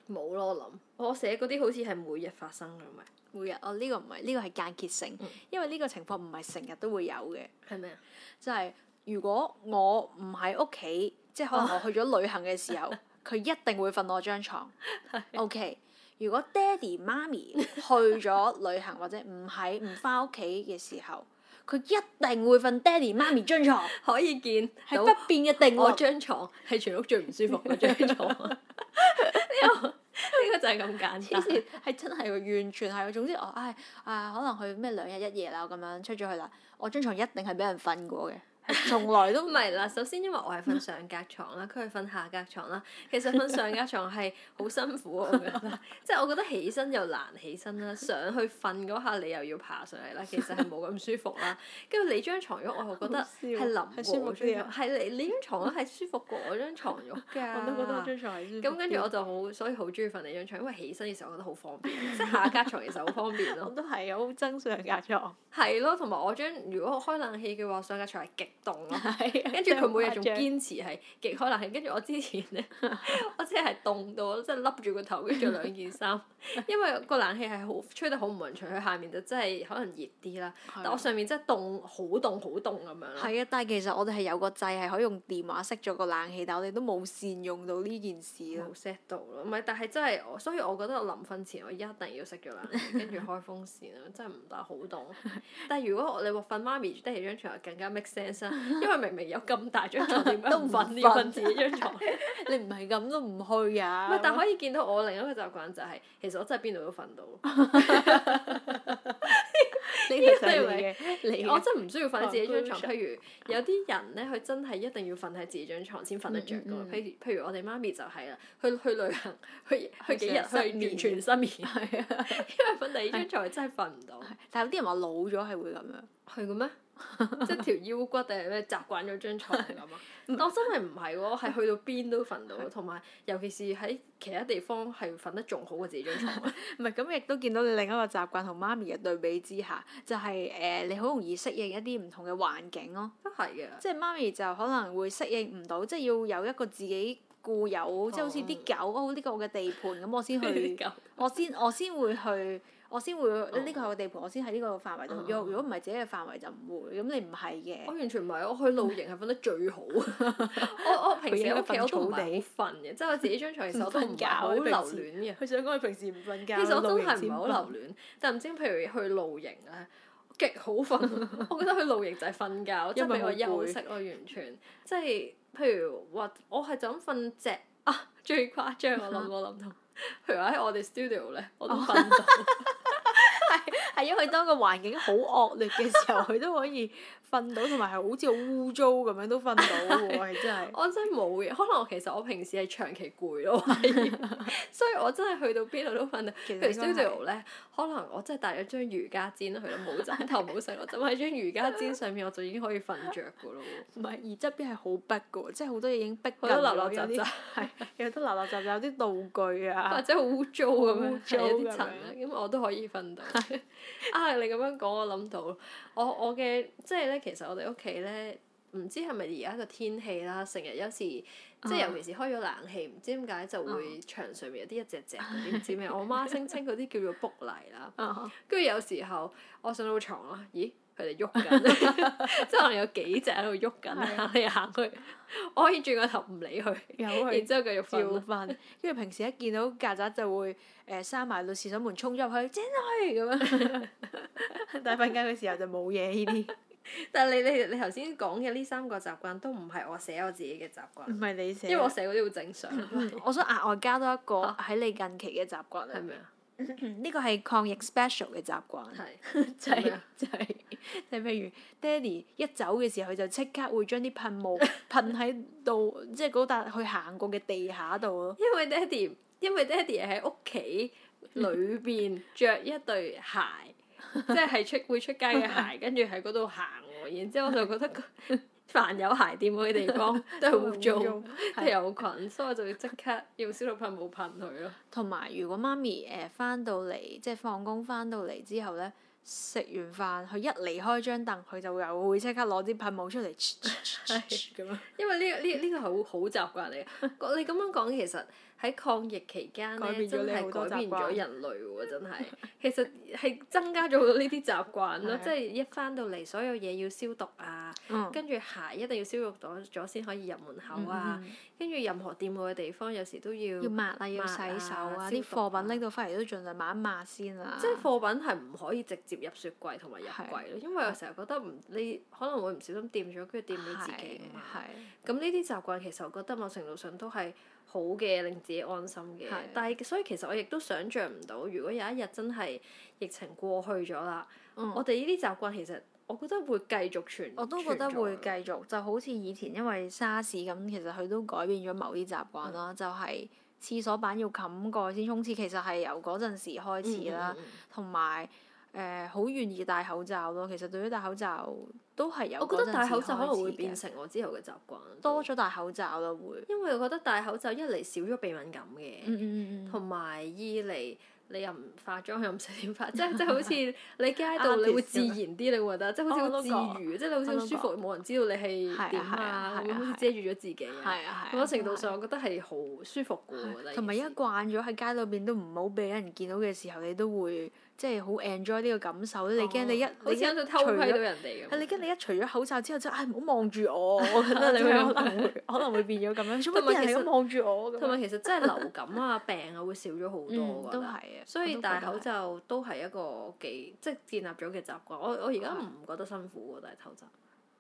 B: 冇咯，我諗我寫嗰啲好似係每日發生嘅，咪
C: 每日哦，呢、個唔係呢個係間歇性，
B: 嗯
C: 因為呢個情況唔係成日都會有嘅。
B: 係咪啊？
C: 就係如果我唔喺屋企，即係可能我去咗旅行嘅時候， 佢一定會瞓我張床。OK，如果爹哋媽咪去咗旅行或者唔喺唔翻屋企嘅時候，佢一定會瞓爹哋媽咪張床，
B: 可以見
C: 係
B: 到
C: 不變嘅定
B: 我
C: 律。
B: 張床係全屋最唔舒服嗰張床。啊呢個 呢個就係咁簡
C: 黐
B: 單。
C: 線係真係喎完全係喎，總之我唉啊，可能去咩兩日一夜啦咁樣出咗去啦，我張床一定係俾人瞓過嘅，係從來都
B: 唔係啦，首先因為我係瞓上格床啦，佢係瞓下格床啦。其實瞓上格床係好辛苦，我覺 得，即係我覺得起身又難起身啦，上去瞓嗰下你又要爬上嚟啦，其實係冇咁舒服啦。跟住你張床褥我又覺得
C: 好笑
B: 係
C: 係
B: 冧
C: 舒
B: 過我
C: 服啲
B: 張
C: 啊
B: 床，係你你張床褥係舒服過我張床褥㗎。
C: 我都覺得我張床係舒服啲。
B: 咁跟住我就好，所以好中意瞓你張床，因為起身嘅時候我覺得好方便，即係下格床其實好方便咯
C: 我。都係好憎上架床。
B: 係咯，同埋我張如果我開冷氣嘅話，上格床係極凍咯。
C: 係啊
B: 跟住佢每日仲堅持係極開冷氣，跟住我之前咧，我真係凍到即係笠住個頭，跟住着兩件衫，因為個冷氣係好吹得好唔勻循，佢下面就真係可能熱啲啦， 但我上面真係凍，好凍好凍咁樣咯。
C: 係啊，但係其實我哋係有個掣係可以用電話熄咗個冷氣，但我哋都冇善用到呢件事咯。
B: 冇 set 到咯，唔係，但係真係我，所以我覺得我臨瞓前我一定要熄咗冷氣，跟住開風扇咯，真係唔得好凍。但係如果我你話瞓媽咪爹哋張床，更加 make sense 啦，因為明明有咁大張床，點解
C: 都唔
B: 唔瞓
C: 瞓
B: 要瞓自己張床？
C: 你唔係咁都唔去啊
B: 唔係，但可以見到我另一個習慣就係、其實我真係邊度都瞓到。
C: 呢個就 係哦你嘅，你
B: 我
C: 嘅
B: 真係唔需要瞓喺自己張床。
C: Conclusion
B: 譬如有啲人咧，佢真係一定要瞓喺自己張床先瞓得着㗎嘛
C: 嗯嗯。嗯
B: 譬如譬如我哋媽咪就係啦，去去旅行，去去幾日，
C: 佢成日失
B: 去
C: 眠
B: 完全失 眠， 係啊，因為瞓第二張床真係瞓唔到。
C: 但有啲人話老咗係會咁樣。
B: 係嘅 咩？即係條腰骨定係咩習慣咗張床咁 啊？但我真係唔係喎，我係去到邊都瞓到，同埋尤其是喺其他地方係瞓得仲好過自己張 床。
C: 唔係咁，亦都見到你另一個習慣同媽咪嘅對比之下，就係、呃你好容易適應一啲唔同嘅環境咯。
B: 都係 嘅。
C: 即係媽咪就可能會適應唔到，即係要有一個自己固有，即係好似啲狗哦，呢個我嘅地盤咁，我先去， 我先我先會去，我先會呢個係我地盤，我先喺呢個範圍度喐。
B: 哦
C: 如果唔係自己嘅範圍就唔會，咁你唔係
B: 我
C: 嘅。
B: 完全唔係，我去露營係瞓得最好。 我我 平時喺屋企我都唔係好瞓嘅，即係我自己張床其實我都唔係好留戀嘅。
C: 佢想講佢平時唔瞓
B: 其
C: 覺
B: 實我真係唔係好留戀，但唔知譬如去露營咧，極好瞓。 我覺得去露營就係瞓覺，即係俾我休息咯，完全。即係譬如話，我係就咁瞓只啊，最誇張我 諗我諗到，譬如話喺我哋 studio 咧，我都瞓 到。
C: 係因為當個環境好惡劣嘅時候，佢都可以瞓到，同埋係好似好污糟咁樣都瞓到喎， 係真係。
B: 我真係冇嘅，可能我其實我平時係長期攰咯，我懷疑 所以我真係去到邊度都瞓到。
C: 其
B: 譬
C: 實
B: 如
C: 應該係
B: studio 咧，可能我真係帶咗張瑜伽墊去到冇枕頭冇枕，我枕喺張瑜伽墊上面，我就已經可以瞓着噶 咯喎。
C: 唔係，而側邊係好逼嘅喎，即係好多嘢已經逼
B: 好
C: 近
B: 多
C: 咗
B: 垃垃雜
C: 有啲
B: 雜
C: 係有得垃垃雜雜，有啲道具
B: 或
C: 啊。
B: 者好污糟咁
C: 好污
B: 樣，
C: 糟
B: 係有啲
C: 咁樣
B: 塵啊，咁我都可以瞓到。 啊，你咁樣講，我諗到，我我嘅即係咧，其實我哋屋企咧，唔知係咪而家個天氣啦，成日有時即係尤其是開咗冷氣，唔知點解就會牆上面有啲一隻隻嗰啲唔知咩，我媽聲稱嗰啲叫做卜泥啦。
C: 啊
B: 跟住有時候我上到床啦，咦？佢哋喐 緊，即係可能有幾隻喺度喐緊
C: 係啊
B: 行嚟行去，我可以轉個頭唔理佢，
C: 有
B: 然
C: 佢
B: 之後繼續
C: 照
B: 瞓啦。
C: 瞓，跟住平時一見到曱甴就會誒閂埋到廁所門衝咗入去，整去咁樣。但係瞓覺嘅時候就冇嘢呢啲，
B: 但係你你你頭先講嘅呢三個習慣都唔係我寫我自己嘅習慣，
C: 唔係你寫。
B: 因為我寫嗰啲好正常，
C: 嗯我想額外加多一個
B: 啊
C: 喺你近期嘅習慣
B: 係
C: 啊，
B: 咪啊？
C: 嗯呢個係抗疫 special 嘅習慣。
B: 係
C: 就係、
B: 咩啊
C: 就係、就係譬如爹哋一走嘅時候，佢就即刻會將啲噴霧噴 喺度，即係嗰笪佢行過嘅地下度咯。
B: 因為爹哋，因為爹哋喺屋企裏邊着一對 鞋，即係係出會出街嘅鞋，跟住喺嗰度行喎。然之後我就覺得 佢凡有鞋店嗰啲地方都係污糟，都係
C: 係
B: 有菌，所以我就要即刻用消毒噴霧噴佢咯。
C: 同埋如果媽咪誒翻到嚟，即係放工翻到嚟之後咧，食完飯佢一離開張凳，佢就又會即刻攞啲噴霧出嚟， 咁樣。
B: 因為呢、呢呢個係好好習慣嚟嘅。 個你咁樣講，其實喺抗疫期間
C: 改
B: 咧，
C: 變咗
B: 真
C: 你好
B: 係
C: 多
B: 改變
C: 習慣
B: 咗人類喎，真係。 其實係增加咗好多呢啲習慣咯，
C: 係
B: 即係一翻到嚟，所有嘢要消毒啊，
C: 嗯。
B: 跟住鞋一定要消毒咗咗先可以入門口啊，
C: 嗯
B: 跟住任何掂過嘅地方，有時都要。
C: 要抹啊，要洗
B: 抹啊
C: 手啊，
B: 消
C: 啲
B: 毒
C: 貨
B: 啊
C: 品拎到翻嚟都盡量抹一抹先啊。
B: 即係貨品係唔可以直接入雪櫃同埋入
C: 係
B: 櫃咯，因為我成日覺得唔你可能會唔小心掂咗，跟住掂到自己啊嘛。
C: 係係
B: 咁呢啲習慣其實我覺得某程度上都係好嘅，令自己安心嘅
C: 係。
B: 但係所以其實我亦都想像唔到，如果有一日真係疫情過去咗啦，
C: 嗯
B: 我哋呢啲習慣其實我覺得會繼續存。
C: 我都覺得會繼
B: 存在
C: 續，就好似以前因為沙士咁，其實佢都改變咗某啲習慣
B: 嗯
C: 啦，就係廁所板要冚蓋先沖廁，其實係由嗰陣時開始啦，
B: 嗯嗯嗯
C: 同埋誒好願意戴口罩咯。其實對於戴口罩都係由
B: 我覺
C: 嗰陣
B: 得
C: 時
B: 戴口罩可能
C: 開
B: 會
C: 始
B: 變
C: 嘅
B: 成我之後嘅習慣。啊
C: 多，咗戴口罩啦，會
B: 因為我覺得戴口罩一嚟少咗鼻敏感嘅。
C: 嗯嗯嗯嗯
B: 同埋二嚟你又唔化妝又唔使點 化，即係即係好似你街道你會自然啲，你會覺得即係好
C: 哦
B: 似好自如，即係你好似好舒服，冇人知道你係點啊，咁好似遮住咗自己啊。
C: 係啊係啊啊
B: 某程度上，我覺得係好舒服嘅喎。我覺得
C: 同埋一慣咗喺街裏邊都唔好俾人見到嘅時候，你都會即係好 enjoy 呢個感受。你驚你一
B: 哦好
C: 你
B: 似喺度
C: 一
B: 偷
C: 除
B: 窺
C: 咗
B: 到人哋
C: 係
B: 咁。
C: 你跟你一除咗口罩之後就唉唔好望住我，我 覺得你
B: 啊
C: 會啊可能 會可能會變咗咁樣，做乜
B: 同埋
C: 啲人
B: 其
C: 係
B: 實
C: 咁望住我咁
B: 同埋
C: 樣？
B: 其實真係流感啊、病啊會少咗好多，
C: 嗯，
B: 我覺
C: 都
B: 得
C: 係。啊，
B: 所以
C: 我都覺
B: 戴
C: 得
B: 口
C: 係
B: 罩都係一個幾即係建立咗嘅習慣。我我而家唔覺得辛苦喎，戴口罩。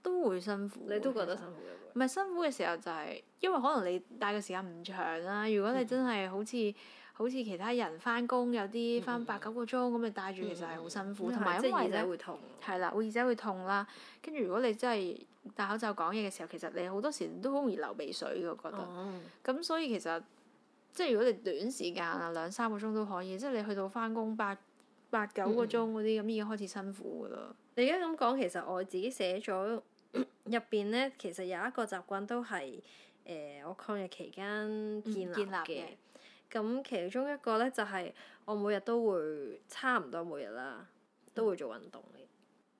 C: 都啊會辛苦。
B: 你都覺得
C: 其實
B: 辛苦嘅會。
C: 唔係辛苦嘅時候就係、因為可能你戴嘅時間唔長啦。
B: 嗯
C: 如果你真係好似、好似其他人翻工，有啲翻八
B: 嗯
C: 九個鐘咁，你戴住其實係好辛苦，同埋、
B: 即嗯
C: 因
B: 係
C: 為
B: 耳
C: 咧
B: 仔會痛。啊
C: 係啦，會耳仔會痛啦。跟住如果你真係戴口罩講嘢嘅時候，其實你好多時都好容易流鼻水嘅，我覺得。
B: 哦，
C: 咁所以其實即係如果你短時間啊兩三個鐘都可以，即係你去到翻工八八九個鐘嗰啲，咁已經開始辛苦㗎啦。
B: 你而家咁講，其實我自己寫咗入邊咧，其實有一個習慣都係誒、呃我抗疫期間建立
C: 嗯建立
B: 嘅
C: 嘅。
B: 咁其中一個咧就係、我每日都會差唔多每日啦，都會做運動嘅。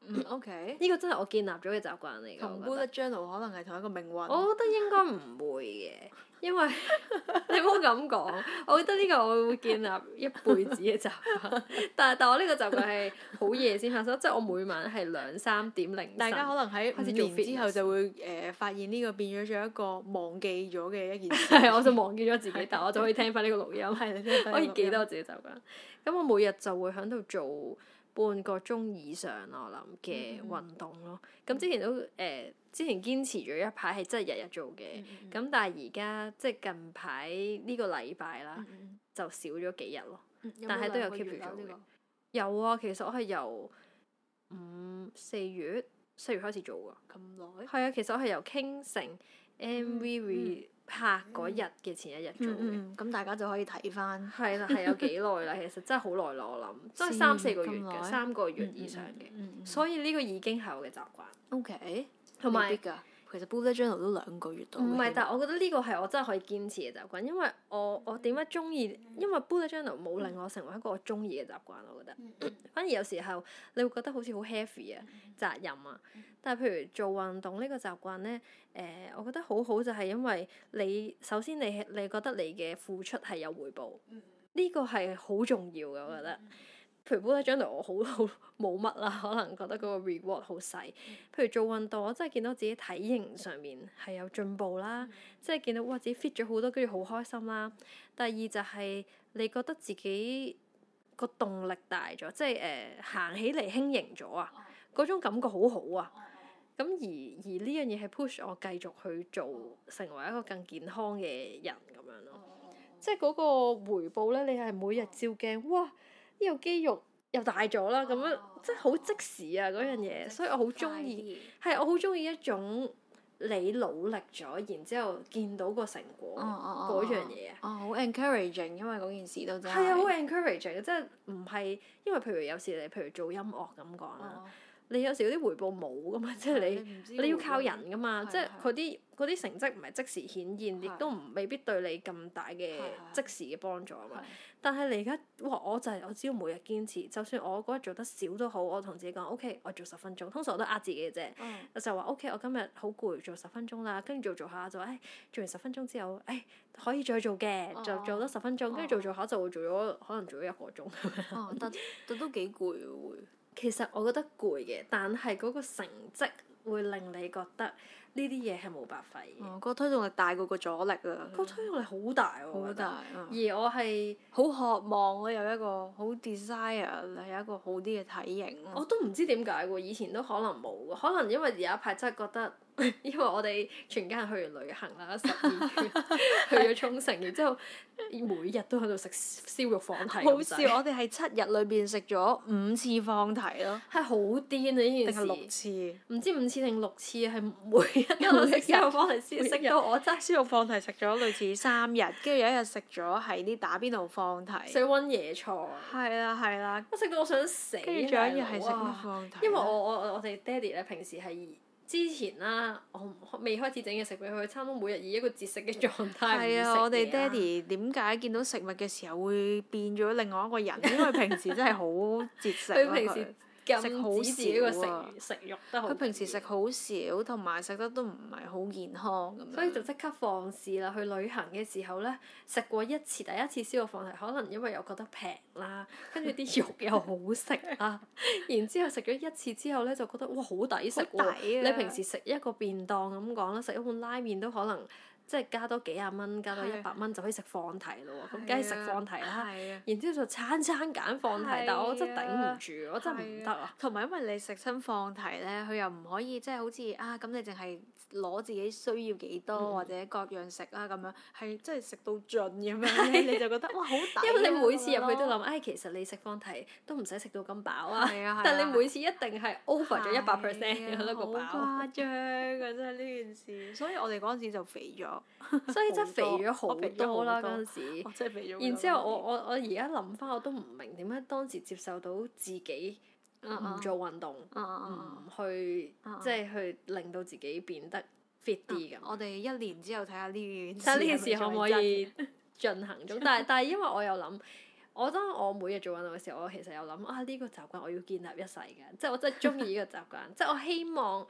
C: 嗯，OK。
B: 呢、個真係我建立咗嘅習慣嚟嘅。
C: 同
B: 我覺
C: b u l l
B: 得
C: Journal 可能係同一個命運。
B: 我覺得應該唔會嘅，因為 你唔好咁講。我覺得呢個我會建立一輩子嘅習慣， 但係但我呢個習慣係好夜先發生，即係我每晚係兩三點凌晨。
C: 大家可能喺
B: 開始做
C: 五年之後
B: fitness
C: 就會誒、呃、發現呢個變咗咗一個忘記咗嘅一件 事。
B: 係，我就忘記咗自己，但我就可以聽翻呢個錄音，
C: 係你聽
B: 可以記得我自己習慣。咁我每日就會喺度做半個鐘以上我諗嘅
C: 嗯
B: 運動咯。咁之前都誒、呃之前堅持咗一排係真係日日做嘅。
C: 嗯咁
B: 咁但係而家即係近排呢個禮拜
C: 嗯
B: 啦，就少咗幾日咯。但係都有 keep 住做嘅有啊，其實我係由五四月四月開始做噶。
C: 咁耐。
B: 係啊，其實我係由傾城 MV
C: 嗯
B: re- 拍嗰日嘅前一日做
C: 嗯
B: 嘅。
C: 嗯，咁大家就可以睇翻。
B: 係啦，係有幾耐啦？ 其實真係好耐啦，我諗真係
C: 四
B: 三四個月
C: 咁耐
B: 嘅，三個月以上嘅。
C: 嗯
B: 所以呢個已經係我嘅習慣，
C: O K。
B: 同埋
C: 未必㗎，其實 bullet journal 都兩個月到嘅。
B: 唔係，但係我覺得呢個係我真係可以堅持嘅習慣，因為我我點解中意，因為 bullet journal 冇令我成為一個我中意嘅習慣，我
A: 嗯
B: 覺
C: 嗯
B: 得。反而有時候你會覺得好似好 heavy 啊，責任啊，但係譬如做運動呢個習慣呢，誒、我覺得好好就係因為你首先你你覺得你嘅付出係有回報，呢個係好重要嘅，我覺得。譬如 bullet journal 我好 好冇乜啦，可能覺得嗰個 reward 好細。譬如做運動，我真係見到自己體型上面係有進步啦，即係見到哇自己 fit 咗好多，跟住好開心啦。第二就係你覺得自己個動力大咗，即係誒、呃行起嚟輕盈咗啊，嗰種感覺好好啊。咁而而呢樣嘢係 push 我繼續去做，成為一個更健康嘅人咁樣咯。即係嗰個回報咧，你係每日照鏡，哇！呢個肌肉又大咗啦，咁
C: 哦
B: 樣即係好即時啊嗰樣嘢，所以我好中意。係我好中意一種你努力咗，然之後見到個成果
C: 哦哦
B: 嗰
C: 哦
B: 樣嘢啊。
C: 哦，好 encouraging，因為嗰件事都真
B: 係啊，好 encouraging 嘅，即係唔係因為譬如有時你譬如做音樂咁講啦，
C: 哦
B: 你有時嗰啲回報冇 噶嘛，即係你
C: 唔知
B: 你要
C: 會
B: 靠
C: 唔會
B: 人噶嘛，
C: 係
B: 即係
C: 係
B: 嗰啲嗰啲成績唔係即時顯現，亦
C: 係
B: 都唔未必對你咁大嘅
C: 係
B: 即時嘅幫助啊嘛
C: 係。
B: 但係你而家哇，我就係、我只要每日堅持，就算我嗰日做得少都好，我同自己講 OK，我做十分鐘，通常我都呃自己嘅啫。
C: 嗯
B: 我就話 O.K. 我今日好攰，做十分鐘啦，跟住做做下就誒、唉做完十分鐘之後，誒、哎可以再做嘅，
C: 哦
B: 就做多十分鐘，跟住
C: 哦
B: 做做下就會做咗可能做咗一個鐘。
C: 哦，但但都幾攰喎 會。
B: 其實我覺得攰嘅，但係嗰個成績會令你覺得呢啲嘢係冇白費嘅。
C: 哦，個推動力大過個阻力啊，
B: 個推動力好大喎，我覺
C: 好
B: 得
C: 大。嗯
B: 而我係
C: 好渴望咯，有一個好 desire，有一個好啲嘅體型啊
B: 我
C: 咯。
B: 都唔知點解喎，以前都可能冇喎，可能因為有一排真係覺得， 因為我哋全家人去完旅行啦，十二 月去咗沖繩，然之後每日都喺度食燒肉放題
C: 好
B: 咁
C: 笑，
B: 滯，
C: 我哋係七日裏邊食咗五次放題咯，
B: 係好癲啊！呢
C: 定
B: 件
C: 係六
B: 事
C: 次。
B: 唔知五次定六次，係每日都喺度食燒肉放題先
C: 每日
B: 食到我真係
C: 燒肉放題食咗類似三日，跟住有一日食咗喺啲打邊爐放題。
B: 食溫椰菜，我
C: 係啦係啦，
B: 食到我想死啊。
C: 跟住仲有一日係食
B: 大佬
C: 乜
B: 啊
C: 放題呢？
B: 因為我我我我哋爹哋咧平時係之前啦，我未開始整嘢食俾佢，差唔多每日以一個節食嘅狀態
C: 係啊，我哋
B: 哋
C: 爹哋點解見到食物嘅時候會變咗另外一個人？因為平時真係好節食啊 咯。
B: 佢平時
C: 食
B: 禁
C: 好
B: 止自己個食
C: 少啊
B: 食肉得好。
C: 佢平時食，好少，啊同埋食得都唔係好健康咁樣。
B: 所以就即刻放肆啦！去旅行嘅時候咧，食過一次，第一次燒肉放題，可能因為我覺得平啦， 跟住啲肉又好食 啦，然之後食咗一次之後咧，就覺得哇好抵食
C: 好
B: 喎！
C: 抵啊！
B: 你平時食一個便當咁講啦，食一碗拉麵都可能即係加多幾廿蚊，加多一百蚊就可以食放題咯喎，咁梗係啊食放題啦。
C: 啊係啊。
B: 然之後就餐餐揀放題，但我真係頂啊唔住，我真係唔
C: 係
B: 得啊！
C: 同埋因為你食親放題咧，佢又唔可以即係好似啊咁，你淨係攞自己需要幾多、
B: 嗯
C: 或者各樣食啊咁樣，係即係食到盡咁 樣咧，你就覺得哇好抵啊。
B: 啊因為你每次入去
C: 咁樣
B: 都
C: 咯
B: 諗，唉，其實你食放題都唔使食到咁飽啊，
C: 係啊，
B: 但
C: 係
B: 你
C: 啊
B: 每次一定係 over 咗一百
C: 係
B: percent
C: 啊
B: 嗰個飽，
C: 好誇張啊！真係呢件事，所以我哋嗰陣 時就肥咗，
B: 所以真係肥咗
C: 我
B: 好
C: 肥咗好
B: 多啦
C: 多
B: 嗰陣時。
C: 我真係肥咗好多。
B: 然之後 我我我而家諗翻我都唔明點解當時接受到自己
C: 嗯
B: 唔
C: 嗯
B: 做運動，
C: 嗯嗯嗯
B: 唔去
C: 嗯嗯
B: 即係去令到自己變得 fit 啲咁。
C: 我哋一年之後睇下呢件事，
B: 睇下呢件事可嗯唔可以？進行中？但係 但係因為我有諗。我當我每日做運動嘅時候，我其實有諗啊呢、個習慣我要建立一世嘅，即係我真係中意呢個習 慣，即係我希望，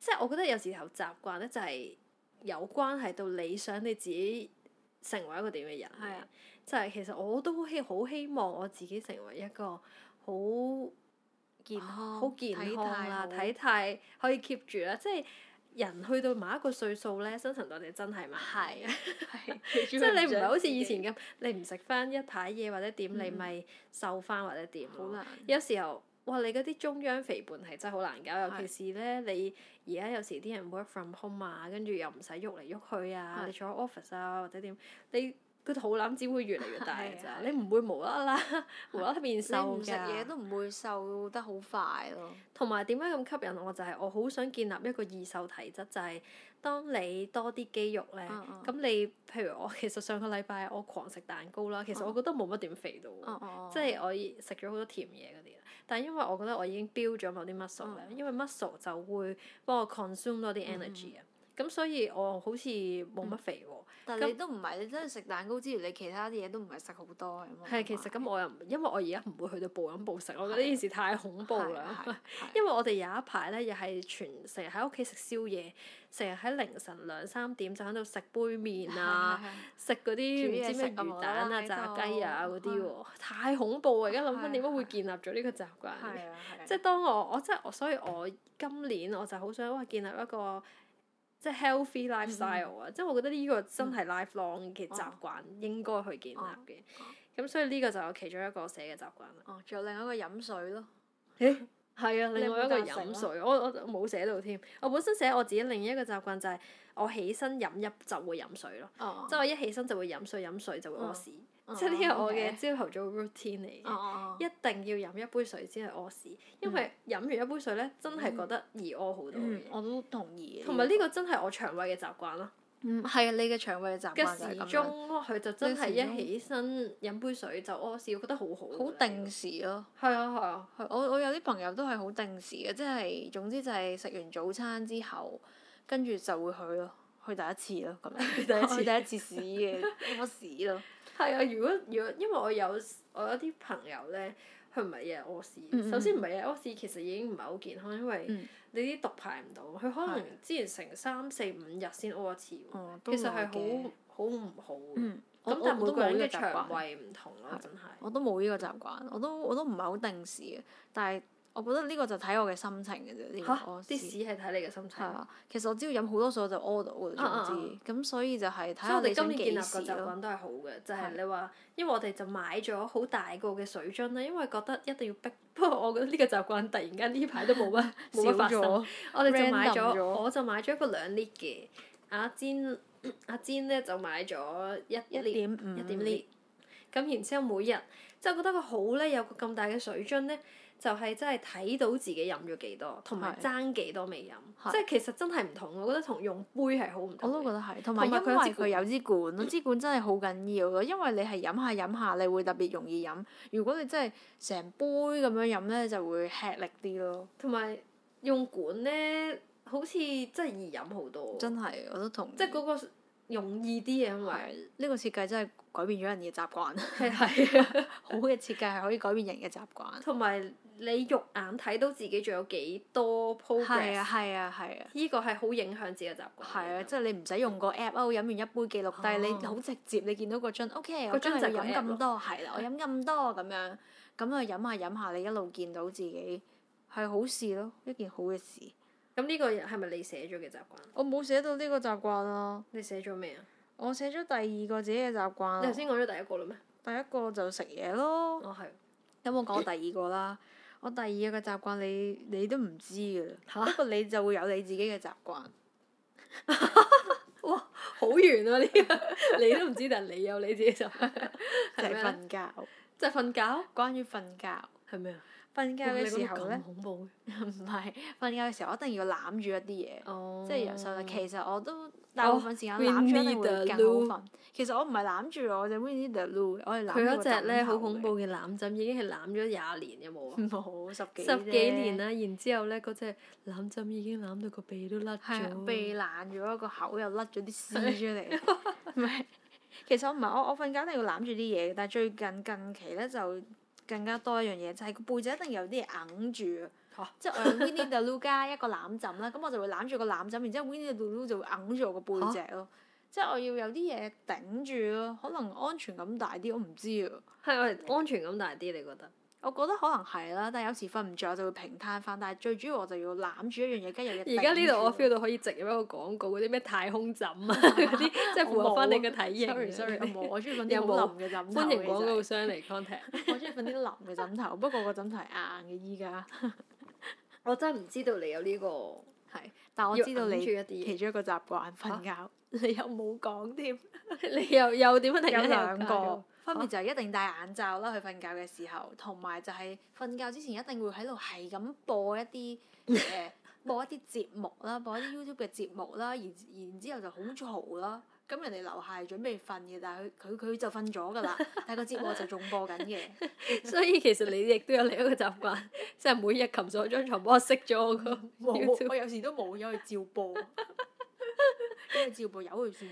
B: 即係我覺得有時候習慣咧就係、有關係到你想你自己成為一個點嘅人嘅
C: 係啊
B: 就係其實我都希好希望我自己成為一個好
C: 健康，
B: 好健康啦，體
C: 睇
B: 態可以 keep 住啊啦，即係人去到某一個歲數咧，新陳代謝真係慢。
C: 係係，
B: 即
C: 即
B: 係你唔係好似以前 咁，你唔食翻一排嘢或者點，
C: 嗯
B: 你咪瘦翻或者點咯
C: 好難。
B: 有時候，哇！你嗰啲中央肥胖係真係好難搞，尤
C: 係
B: 其是咧，你而家有時啲人 work from home 啊，跟住又唔使喐嚟喐去啊，
C: 係
B: 你坐喺 office 啊或者點，你個肚腩只會越嚟越大
C: 係
B: 㗎
C: 啊
B: 咋，
C: 係
B: 你唔會無啦啦無啦啦變
C: 你
B: 瘦
C: 唔食嘢
B: 㗎。
C: 都唔會瘦得好快咯。
B: 同埋點解咁吸引我就係、我好想建立一個易瘦體質，就係、當你多啲肌肉咧，
C: 嗯嗯
B: 咁、你譬如我其實上個禮拜我狂食蛋糕啦，其實我覺得冇乜點肥到喎。
C: 哦哦，
B: 即係我已食咗好多甜嘢嗰啲啦，但係因為我覺得我已經標咗某啲 muscle 咧，因為 muscle 就會幫我 consume 多啲 energy 啊，咁所以我好似冇乜肥喎。
C: 但
B: 咁
C: 你都唔係，你真係食蛋糕之餘，你其他啲嘢都唔係食好多咁
B: 係其實咁我又唔，因為我而家唔會去到暴飲暴食，我覺得呢件事太恐怖
C: 啊
B: 啦。
C: 因
B: 因為我哋有一排咧，又係全成日喺屋企食宵夜，成日喺凌晨兩三點就喺度食杯麵啊。，食嗰啲
C: 煮
B: 唔
C: 嘢
B: 知
C: 食
B: 咩
C: 啊
B: 魚蛋啊、
C: 無
B: 炸
C: 啦啦喺度
B: 雞啊嗰啲
C: 係
B: 喎，太恐怖啊！而家諗
C: 係
B: 翻點解會
C: 係
B: 建立咗呢個習慣
C: 係係係係啊係啊
B: 即係當我我即係我，所以我今年我就好想哇建立一個即係 healthy lifestyle
C: 嗯
B: 啊！即係我覺得呢個真係 lifelong 嘅習慣應該去建立嘅
C: 哦。
B: 咁所以呢個就係我其中一個寫嘅習慣啦。
C: 哦，仲有另一個飲水咯，
B: 誒，係啊，
C: 你有
B: 另外
C: 冇
B: 一個
C: 贊成
B: 飲
C: 啊
B: 水，我我我冇寫到添。我本身寫我自己另一個習慣就係我起身飲一就會飲水咯，
C: 哦
B: 即係我一起身就會飲水，飲水就會屙
C: 嗯
B: 屎， 即係呢個我嘅朝頭早 routine 嚟嘅
C: 哦。哦
B: 一定要飲一杯水先去屙屎，因為飲完一杯水咧，真係覺得易屙好多嘅
C: 嗯，我都同意。
B: 同埋呢個真係我腸胃嘅習慣咯。
C: 嗯係啊，你嘅腸胃嘅習
B: 嘅
C: 慣就係咁
B: 時
C: 樣
B: 鐘佢就真係
C: 你時鐘
B: 一起身飲杯水就屙屎，我覺得好好。
C: 好定。時咯。
B: 係啊係啊，
C: 係我我有啲朋友都係好定時嘅，即係總之就係食完早餐之後，跟住就會去咯，去第一次咯咁樣。
B: 第一次
C: 去第一次屎嘅屙屎咯。
B: 係啊！如果如果因為我有我有啲朋友咧，佢唔係日日屙屎。
C: 嗯嗯
B: 首先唔係日日屙屎，其實已經唔係好健康，因為
C: 嗯
B: 你啲毒排唔到，佢可能
C: 係
B: 之前成三四五日先屙一次喎。
C: 哦，都
B: 其實
C: 會
B: 係
C: 嘅
B: 好好唔好嘅。
C: 嗯，我
B: 咁但係每
C: 我都
B: 個
C: 冇
B: 人
C: 呢
B: 嘅
C: 個習
B: 腸
C: 慣，
B: 胃唔同咯，
C: 係哦
B: 真係。
C: 我都冇呢個習慣，我都我都唔係好定時嘅，但係我覺得呢個就睇我嘅心情嘅啫，呢個
B: 嚇！
C: 屙
B: 啲
C: 屎。
B: 屎係睇你嘅心
C: 係
B: 情。
C: 啊，其實我只要飲好多水我就屙到嘅
B: 啊啊
C: 啦，總之，咁所以就
B: 所以
C: 係睇下
B: 我哋今
C: 你想
B: 年建立
C: 幾
B: 個
C: 時
B: 習
C: 咯。
B: 慣都係好嘅，就係
C: 係
B: 你話，因為我哋就買咗好大個嘅水樽啦，因為覺得一定要逼。 不過我覺得呢個習慣突然間呢排都冇 乜冇乜發
C: 少
B: 生。
C: 咗
B: 我哋就買
C: random
B: 咗，
C: 咗
B: 我就買咗一個兩 lit 嘅，阿煎阿煎咧就買咗一
C: 一
B: lit
C: 點五
B: 一點 lit。咁然之後每日，即係我覺得佢好咧，有個咁大嘅水樽咧，就係、真係睇到自己飲咗幾多，同埋
C: 係
B: 爭幾多未飲。
C: 係
B: 即係其實真係唔同，我覺得同用杯係好唔
C: 我
B: 同
C: 都覺
B: 嘅。
C: 得係，同埋
B: 同
C: 因
B: 埋
C: 為
B: 佢有支
C: 佢有支管咯，支管真係好緊要咯。因為你係飲下飲下，你會特別容易飲。如果你真係成杯咁樣飲咧，就會吃力啲咯。
B: 同埋用管咧，好似真係易飲好多。
C: 真係，我都同意。
B: 即係嗰個容易啲嘅，因為
C: 係呢個設計真係改變咗人嘅習慣。
B: 係係啊。
C: 好嘅設計係可以改變人嘅習 慣。
B: 同埋你肉眼睇到自己仲有幾多
C: 係
B: progress，
C: 啊係啊係啊。
B: 呢個係好影響自己嘅習慣。
C: 係啊，即係你唔使用個 app 啊，我飲完一杯記錄低，
B: 哦
C: 你好直接，你見到個樽，OK，
B: 個
C: 我
B: 樽
C: 今日
B: 就係個
C: 飲
B: app 咯
C: 咁多，係啦，我飲咁多咁樣，咁啊飲下飲下，你一路見到自己係好事咯，一件好嘅事。
B: 咁呢個係咪你寫咗嘅習慣？
C: 我冇寫到呢個習慣啊，
B: 你寫咗咩啊？
C: 我寫咗第二個自己嘅習慣
B: 你頭
C: 啊。
B: 先講咗第一個啦咩？
C: 第一個就食嘢咯，
B: 哦係。
C: 咁我講第二個啦。我第二個習慣你你都唔知㗎啦，
B: 嚇
C: 不過你就會有你自己嘅習慣。
B: 哇，好遠啊！呢個 你都唔知，但係你有你自己就
C: 就
B: 係
C: 係
B: 咩咧？
C: 瞓覺。
B: 即係瞓覺
C: 關於瞓覺，
B: 係咪啊？
C: 瞓覺
B: 哇
C: 嘅
B: 你
C: 時
B: 講到
C: 候
B: 咁
C: 咧，
B: 恐怖嘅。
C: 唔係瞓覺嘅時候，我一定要攬住一啲嘢。
B: 哦
C: 即係由細到其實我都大部分時間
B: we
C: 攬住一定
B: need a
C: 會更好瞓。其實我唔係攬住我就 we need the loo，我係攬
B: 佢
C: 住
B: 嗰
C: 個
B: 隻咧
C: 枕
B: 好
C: 頭嗯
B: 恐怖嘅攬枕已經係攬咗廿年有冇啊？
C: 嘅。 冇十幾
B: 十幾年
C: 啦。
B: 啦，然之後咧嗰隻攬枕已經攬到個鼻都甩
C: 係啊
B: 咗。
C: 鼻爛咗，個口又甩咗啲絲出嚟。 唔係，其實我唔係我我瞓覺一定要攬住啲嘢嘅，但係最近近期咧就更加多一樣嘢，就係、個背脊一定有啲嘢硬住啊。
B: 嚇
C: 即係我用 Winnie the Pooh 加一個攬枕啦，咁我就會攬住個攬枕，然之後 Winnie the Pooh 就會揞住我個背脊咯。即係我要有啲嘢頂住咯，可能安全感大啲，我唔知啊。
B: 係我係安全感大啲，你覺得？
C: 我覺得可能係啦，但係有時瞓唔着我就會平攤翻，但係最主要我就要攬住一樣嘢，跟住有嘢
B: 而家呢度我 feel
C: 到
B: 到可以植入一個廣告，嗰啲咩太空枕啊，嗰啲即係符合翻你嘅體型啊。
C: sorry sorry，我冇，我中意瞓
B: 有
C: 啲好
B: 冇
C: 腍嘅枕頭。
B: 歡迎廣告
C: 其實，
B: 商嚟 contact。
C: 我中意瞓啲腍嘅枕頭，不過個枕頭係硬嘅依家。
B: 我真係唔知道你有呢個，
C: 係，但我
B: 要
C: 知道
B: 揞住一
C: 你
B: 啲嘢
C: 其中一個習慣 瞓覺，你又冇講添。
B: 你又又點樣突
C: 有
B: 然間
C: 兩
B: 又
C: 個分別
B: 啊
C: 就係一定戴眼罩啦，去瞓覺嘅時候，同埋就係瞓覺之前一定會喺度係咁播一啲誒、 播一啲節目啦，播一啲 YouTube 嘅節目啦，然然之後就好嘈啦。咁人哋樓下係準備瞓嘅，但係佢佢佢就瞓咗㗎啦，但係個節目就仲播緊嘅。
B: 所以其實你亦都有另一個習慣，即係每日擒上張床幫我熄咗我個 YouTube
C: 冇，我有時都冇有去照 播，因為照播由佢算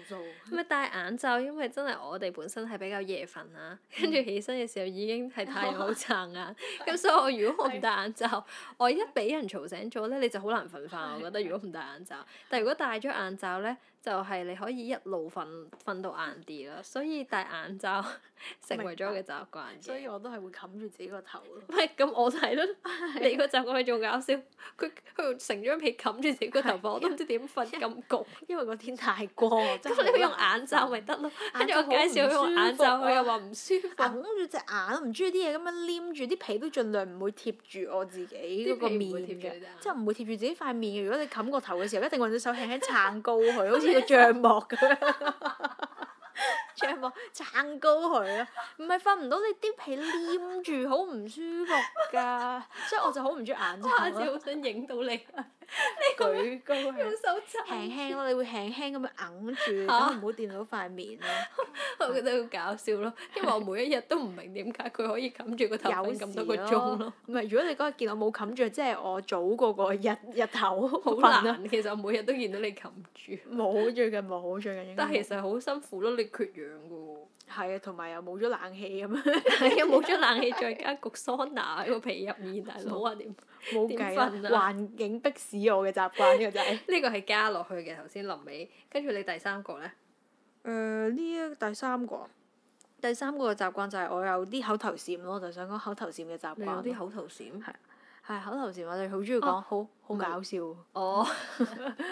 C: 數。
B: 咪戴眼罩，因為真係我哋本身係比較夜瞓啦，
C: 嗯
B: 跟住起身嘅時候已經係太陽好撐 眼，咁所以我如果我唔戴眼罩，我一俾人嘈醒咗咧，你就好難瞓翻。我覺 得如果唔戴眼罩，但如果戴咗眼罩咧，就係、你可以一路瞓瞓到晏啲啦。所以戴眼罩 成為咗我嘅習慣
C: 所以
B: 嘅。
C: 我都係會冚住自己個頭咯。
B: 唔係咁，我睇 咯，你個習慣係仲搞笑，佢佢用成張被冚住自己個頭髮，我都唔知點 瞓 咁焗。
C: 因為個天太光，真係
B: 咁你
C: 好
B: 咪用
C: 難
B: 眼罩
C: 瞓
B: 咪得 咯？跟
C: 眼
B: 住
C: 罩
B: 我介紹佢
C: 好
B: 用眼罩，
C: 唔舒服
B: 佢
C: 啊
B: 又話唔舒服。
C: 揞住隻眼，唔中意啲嘢咁樣黏住，啲皮都盡量唔會貼住 我自己嗰個面
B: 啲皮唔會貼住
C: 嘅
B: 你隻眼，
C: 即係唔會貼住自己塊面嘅。如果你冚個頭嘅時候，一定揾隻手輕輕撐高佢，好似個帳幕咁樣。帳幕撐高佢咯，唔係瞓唔到，你啲皮黏住，好唔舒服㗎。所以我就好唔中意眼罩
B: 下次
C: 咯，
B: 好想影到你，
C: 舉高
B: 用
C: 佢。
B: 手撐
C: 輕輕咯，你會輕輕咁樣揞住，
B: 嚇
C: 等唔好掂到塊面咯。
B: 我覺得好搞笑咯。因為我每一日都唔明點解佢可以冚住個頭
C: 有
B: 瞓
C: 時
B: 咁多個鐘咯，，
C: 唔係如果你嗰日見我冇冚住，即係我早過個日日頭
B: 好
C: 瞓啊嗯啦。
B: 難。啊其實我每日都見到你冚住，
C: 冇最近冇最近應該
B: 但
C: 冇，
B: 係其實好辛苦咯，你缺氧嘅 喎。
C: 係啊，同埋又冇咗冷氣咁樣，
B: 係啊，冇咗冷氣，再加焗桑拿喺個被入面，大佬啊點？呢
C: 冇
B: 點
C: 計
B: 瞓
C: 啦。
B: 啊
C: 環境逼使我嘅習慣呢個就 係。
B: 個係加落去嘅頭先臨尾，跟住你第三個咧，
C: 誒呢一第三個，第三個嘅習慣就係我有啲口頭禪咯，我就想講口頭禪嘅習
B: 你有
C: 慣
B: 啲
C: 咯。
B: 口頭禪。
C: 係口頭禪，我哋好中意講，好好
B: 唔係
C: 搞笑，
B: 哦，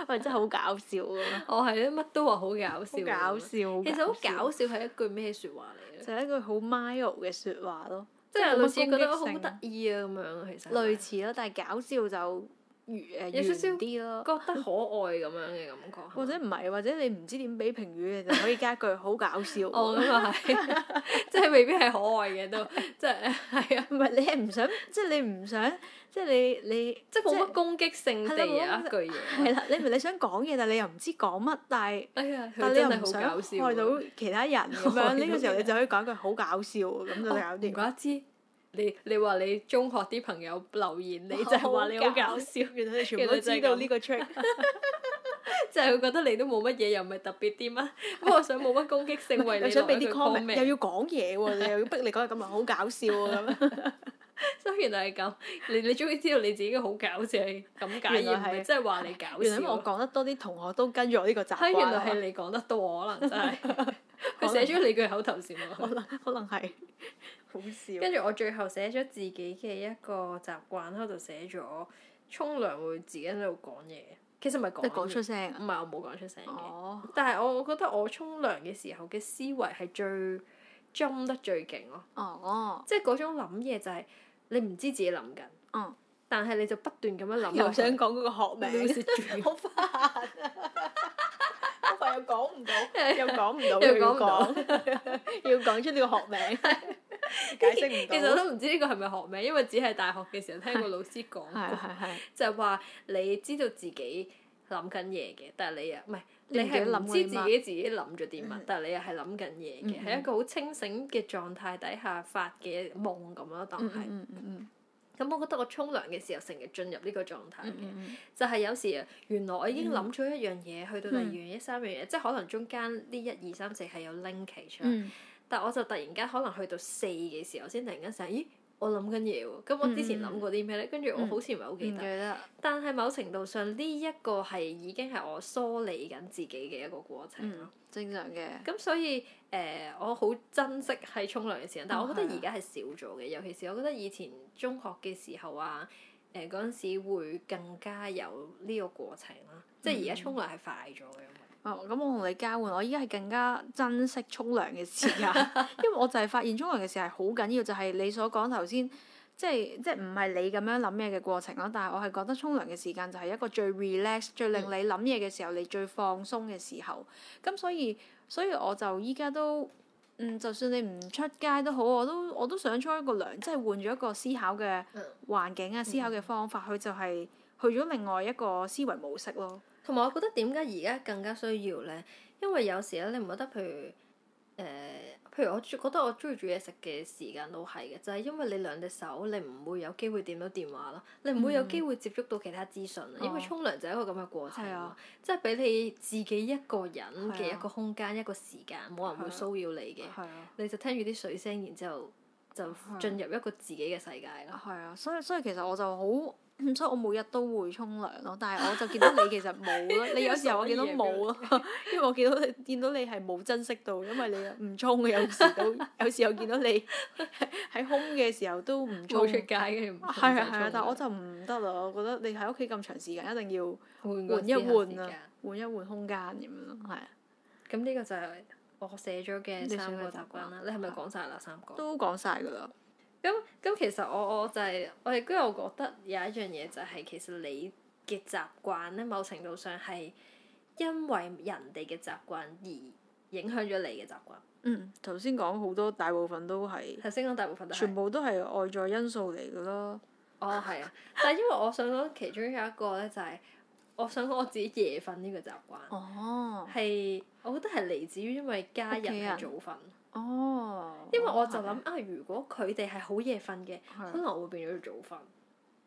C: 我哋真係好搞笑咁樣，
B: 我係乜都話好搞笑啊
C: 好
B: 咁樣。
C: 搞笑。啊
B: 其實好搞
C: 笑，
B: 笑係一句咩説話嚟咧？
C: 就係一句好 mild 嘅説話咯，
B: 即係類似覺得
C: 冇乜攻擊
B: 好
C: 性
B: 得意啊咁樣，其實係咪
C: 類似咯，但係搞笑就圓誒
B: 有少少
C: 圓啲咯，
B: 覺得可愛咁樣嘅感覺。
C: 或者唔係，或者你唔知點俾評語，你就可以加一句好搞笑。
B: 哦，咁啊 係， 即係未必係可愛嘅都，即係係啊，
C: 唔係你係唔想，即係你 唔想，即係你你
B: 即係冇乜攻擊性地有一
C: 係啦冇乜
B: 句嘢。
C: 係啦，你唔係你想講嘢，但係你又唔知講乜，但係
B: 哎呀，
C: 但
B: 佢
C: 係你
B: 真
C: 又唔
B: 係好搞
C: 想
B: 笑
C: 害
B: 啊。
C: 到其他人 咁
B: 害到
C: 樣，呢個時候
B: 人
C: 你就可以講一句好搞笑咁就搞
B: 哦唔
C: 掂。
B: 怪得知你你話你中學啲朋友留言你就係話你好搞笑，
C: 原來你全部
B: 原
C: 都
B: 來就係
C: 知道
B: 咁
C: 呢 個 trick，
B: 就係佢覺得你都冇乜嘢，又唔係特別啲乜，不過想冇乜攻擊性為你
C: 又想俾
B: 落一
C: 啲
B: 句
C: comment，又
B: comment，
C: 要講嘢喎，你又要逼你講嘢咁啊，好搞笑 啊咁樣。
B: 所以原來係咁，你 你終於知道你自己嘅好搞笑係咁解，
C: 原來
B: 而唔係
C: 係
B: 真係話你搞
C: 原來因為我
B: 笑。
C: 講得多啲，同學都跟住我呢個習
B: 係
C: 慣。啊
B: 原來係你講得多，可能真係佢寫咗你句口頭禪啊落
C: 可
B: 去。
C: 能可能係好笑。
B: 跟住我最後寫咗自己嘅一個習慣喺度寫咗沖涼會自己喺度講嘢，其實唔係講
C: 你
B: 嘢，
C: 講出聲啊
B: 唔係我冇講出聲嘅。
C: 哦，
B: 但係我覺得我沖涼嘅時候嘅思維係最 jump 得最勁咯，
C: 哦，
B: 即係嗰種諗嘢就係你唔知自己諗緊，
C: 嗯，
B: 但係你就不斷咁樣諗。
A: 又想講嗰個學名，
B: 名，
A: 好煩啊！好快又講唔到，又講唔到，
B: 又
A: 要
B: 講唔到
A: 講， 要講出呢個學名，解釋唔
B: 其
C: 啊
B: 實
A: 到。
B: 我都唔知呢個係咪學名，因為只係大學嘅時候聽過老師講
C: 係
B: 過，
C: 係係，
B: 就係話你知道自己諗緊嘢嘅，但係你啊唔係。你
C: 你唔記
B: 係
C: 得
B: 唔知
C: 諗過啲
B: 自
C: 乜
B: 己自己諗咗啲乜
C: 嗯，
B: 但係你又係諗緊嘢
C: 嗯
B: 嘅，
C: 嗯
B: 係一個好清醒嘅狀態底下發嘅夢咁咯，當
C: 嗯
B: 係。
C: 嗯嗯嗯
B: 咁我覺得我沖涼嘅時候成日進入呢個狀態
C: 嗯
B: 嘅。
C: 嗯
B: 就係有時啊原來我已經諗咗一樣嘢，去到第二
C: 嗯
B: 樣嘢、三樣嘢，即係可能中間呢一二三四係有啊 link 期出嚟，
C: 嗯，
B: 但我就突然間可能去到四嘅時候，先突然間醒，咦，我諗緊嘢喎，咁我之前諗過啲咩呢？跟住我好似唔係好
C: 唔記
B: 記得，
C: 得，
B: 但係某程度上呢一個係已經係我梳理緊自己嘅一個過程咯。
C: 嗯，正常嘅，
B: 咁所以誒、呃我好珍惜喺沖涼嘅時間，但係我覺得而家係少咗嘅，尤其是我覺得以前中學嘅時候啊，誒嗰陣時會更加有呢個過程啦，即係而家沖涼係快咗嘅。
C: 哦，咁我同你交換，我依家係更加珍惜沖涼嘅時間，因為我就係發現沖涼嘅時間係好緊要，就係、你所講頭先，即係即係唔係你咁樣諗嘢嘅過程咯，但係我係覺得沖涼嘅時間就係一個最 relax、最令你諗嘢嘅時候，你最放鬆嘅時候，咁所以所以我就依家都。嗯，就算你唔出街都好，我都我都想沖一個涼，即係換咗一個思考嘅
B: 嗯
C: 環境啊，思考嘅方法，佢就係去咗另外一個思維模式咯。
B: 同埋我覺得點解而家更加需要呢？因為有時咧，你唔覺得譬如誒、呃譬如我覺得我中意煮嘢食嘅時間都係嘅，就係、因為你兩隻手，你唔會有機會掂到電話啦，你唔會有機會接觸到其他資訊啦，啊因為
C: 嗯哦
B: 沖涼就係一個咁嘅過程
C: 係
B: 啊
C: 啊，
B: 即係俾你自己一個人嘅
C: 係啊
B: 一個空間、一個時間，冇人會
C: 係啊
B: 騷擾你嘅，
C: 係啊。
B: 你就聽住啲水聲，然之後就
C: 係啊
B: 進入一個自己嘅世界啦。
C: 係啊，所以所以其實我就好， 所以我每日都會沖涼咯。但係我就見到你其實冇咯， 你有時候我見到冇咯， 因為我見到你見到你係冇珍惜到，因 為你唔沖嘅，有時都 有時候見到你喺空嘅時候都唔
B: 冇
C: 沖。
B: 出街
C: 係
B: 嘅，唔
C: 啊
B: 使
C: 係
B: 沖
C: 啊，但
B: 涼
C: 我就唔得啦，我覺得你喺屋企咁長時間，一定要
B: 換個
C: 換一
B: 思考時
C: 換
B: 間
C: 啊，換一換空間咁樣咯，係啊
B: 咁呢個就係我寫咗嘅
C: 你寫
B: 三個
C: 嘅
B: 習
C: 習
B: 慣
C: 慣
B: 啦。你係咪講晒啦三個？
C: 都講晒㗎啦。
B: 咁咁其實我我就係、我亦都有覺得有一樣嘢就係其實你嘅習慣咧，某程度上係因為人哋嘅習慣而影響咗你嘅習慣。
C: 嗯，頭先講好多，大部分都係，
B: 頭先講大部分都係
C: 全。部都係外在因素嚟㗎啦。
B: 哦，係啊！ 但係因為我想講其中有一個咧，就係、我想講我自己夜瞓呢個習慣，
C: 哦，
B: 係、我覺得係嚟自於因為家人
C: 屋企
B: 係
C: 人
B: 早瞓。
C: 哦，
B: 因為我就
C: 係
B: 諗啊，如果佢哋係好夜瞓嘅，
C: 係
B: 可能我會變咗早瞓。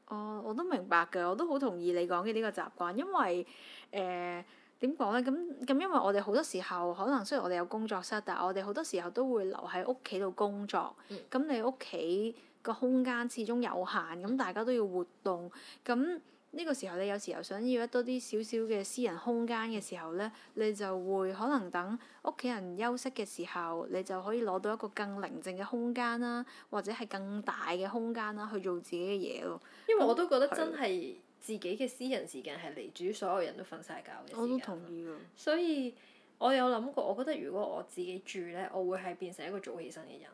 C: 哦，我都明白嘅，我都好同意你講嘅呢個習慣，因為誒點講呢？咁咁因為我哋好多時候可能雖然我哋有工作室，但係我哋好多時候都會留喺屋企度工作。
B: 嗯
C: 咁、你屋企個空間始終有限，咁大家都要活動，咁。呢個時候，你有時候想要一多啲少少嘅私人空間嘅時候呢，你就會可能等屋企人休息嘅時候，你就可以攞到一個更寧靜嘅空間啦，或者係更大嘅空間啦，去做自己嘅嘢咯。
B: 因為我都覺得
C: 係
B: 真係自己嘅私人時間係嚟自於所有人都啊瞓晒覺嘅時間。
C: 我都同。意啊㗎。
B: 所以我有諗過，我覺得如果我自己住呢，我會係變成一個早起身嘅人嚟嘅。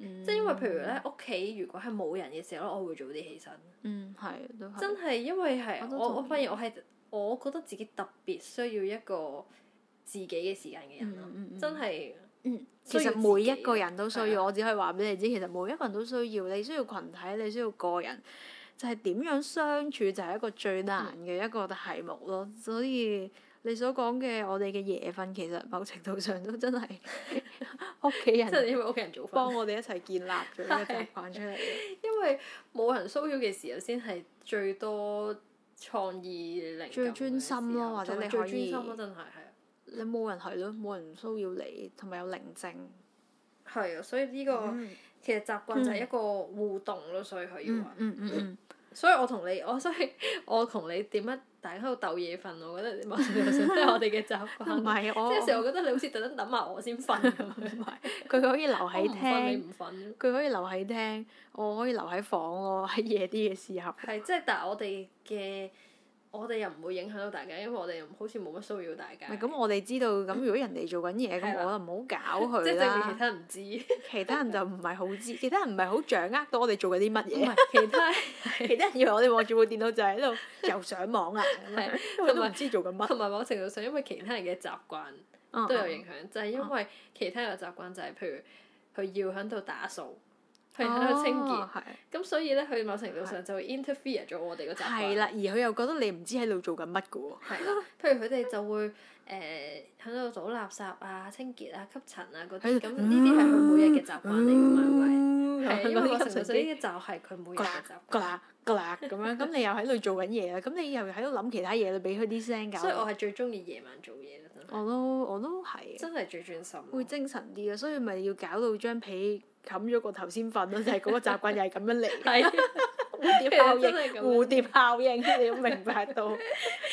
C: 嗯
B: 即係因為譬如呢，屋企如果係冇人嘅時候咧，我會早啲起身。
C: 嗯，係都係。
B: 真係因為係
C: 我都
B: 我
C: 同意
B: 我發現我係我覺得自己特別需要一個自己嘅時間嘅人咯，
C: 嗯嗯嗯
B: 真係。
C: 嗯，
B: 需
C: 其
B: 要
C: 實
B: 自
C: 每
B: 己
C: 一個人都需
B: 係啊
C: 要，我只可以話俾你知，其實每一個人都需要，你需要群體，你需要個人，就係點樣相處就係一個最難嘅一個題目咯。所以你所講嘅我哋嘅夜瞓，其實某程度上都真 係屋企
B: 即係
C: 人
B: 因為屋企人早瞓
C: 幫。我哋一齊建立咗呢個習慣出嚟嘅。
B: 因為冇人騷擾嘅時候，先係最多創意靈感嘅時候
C: 最專心咯或者你
B: 同埋
C: 可
B: 最
C: 以
B: 專心咯，真係係
C: 你冇人係咯，冇人騷擾你，同埋有寧靜。
B: 啊，係啊，所以呢個
C: 嗯
B: 其實習慣就係一個互動咯，所以佢要啊
C: 嗯
B: 話。
C: 嗯嗯嗯，
B: 所以我同你，我所以我同你點樣大家喺度鬥夜瞓，我覺得某程度上都係我哋嘅習
C: 唔
B: 慣。
C: 嗯係
B: 即係有時
C: 我，
B: 候我覺得你好似特登等埋我先瞓咁樣，
C: 佢可以留
B: 我唔
C: 喺
B: 瞓你
C: 廳，
B: 唔瞓。
C: 佢可以留喺廳，我可以留喺房咯。喺夜啲嘅時候，
B: 係即係，但係我哋嘅我哋又唔會影響到大家，因為我哋又好似冇乜騷擾大家。
C: 咪咁我哋知道，咁如果人哋做緊
B: 係
C: 嘢，咁
B: 啦
C: 我就唔好 搞
B: 即
C: 佢
B: 係正如
C: 啦
B: 其。他人唔知。
C: 其他人就唔係好 知，其他人唔係好掌握到我哋做緊啲乜
B: 唔
C: 嘢。
B: 係其他，
C: 其他人以為我哋望住部電腦就喺度 又上 網啊，咁樣
B: 係
C: 因為都
B: 同
C: 唔
B: 埋
C: 知做緊乜。
B: 同埋某程度上，因為其他人嘅習慣
C: 嗯
B: 都有影響，就係因為其他人嘅習慣就係譬如佢要喺度打掃，佢喺度清潔
C: 哦，係
B: 咁所以咧佢某程度上就會 interfere 咗我哋個習慣。
C: 係啦，而佢又覺得你唔知喺度做緊乜 嘅喎。
B: 係啦，譬如佢哋就會誒喺度倒垃圾啊、清潔啊、吸塵啊嗰啲，咁呢啲係佢每日嘅習慣嚟㗎
C: 嗯
B: 嘛，係咪？係因為某程度上呢啲就係佢每日
C: 嗰
B: 嘅
C: 啦
B: 習慣，
C: 嗰啦嗰啦咁 樣，咁你又喺度做緊嘢啦，咁你又喺度諗其他嘢啦，俾佢啲聲搞
B: 所以我
C: 你。
B: 係最中意夜晚做嘢啦，真係
C: 我都我都係，
B: 真係最專心啊咯。
C: 會精神啲嘅，所以咪要搞到張被冚咗個頭先瞓咯，就係嗰個習慣又係咁樣嚟。
B: 係啊
C: 蝴蝶效
B: 真
C: 應
B: 係咁，樣
C: 蝴蝶效應，你要明白 到。黐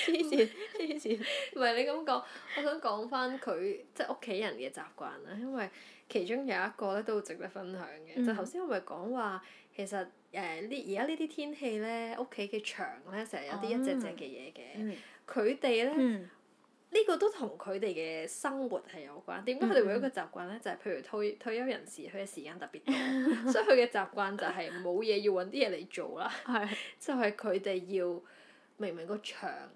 C: 線，黐線。
B: 唔係你咁講，我想講翻佢即係屋企人嘅習慣啦，因為其中有一個咧都值得分享嘅，
C: 嗯
B: 就頭先我咪講話其實誒呢而家呢啲天氣咧，屋企嘅牆咧成日有啲一隻隻嘅嘢嘅，佢哋咧。
C: 嗯。
B: 呢個都同佢哋嘅生活係有關。點解佢哋會
C: 嗯
B: 有一個習慣呢？就係、譬如退退休人士，佢嘅時間特別多， 所以佢嘅習慣就係冇嘢要揾啲嘢嚟做啦。
C: 係。
B: 就係佢哋要明明個牆，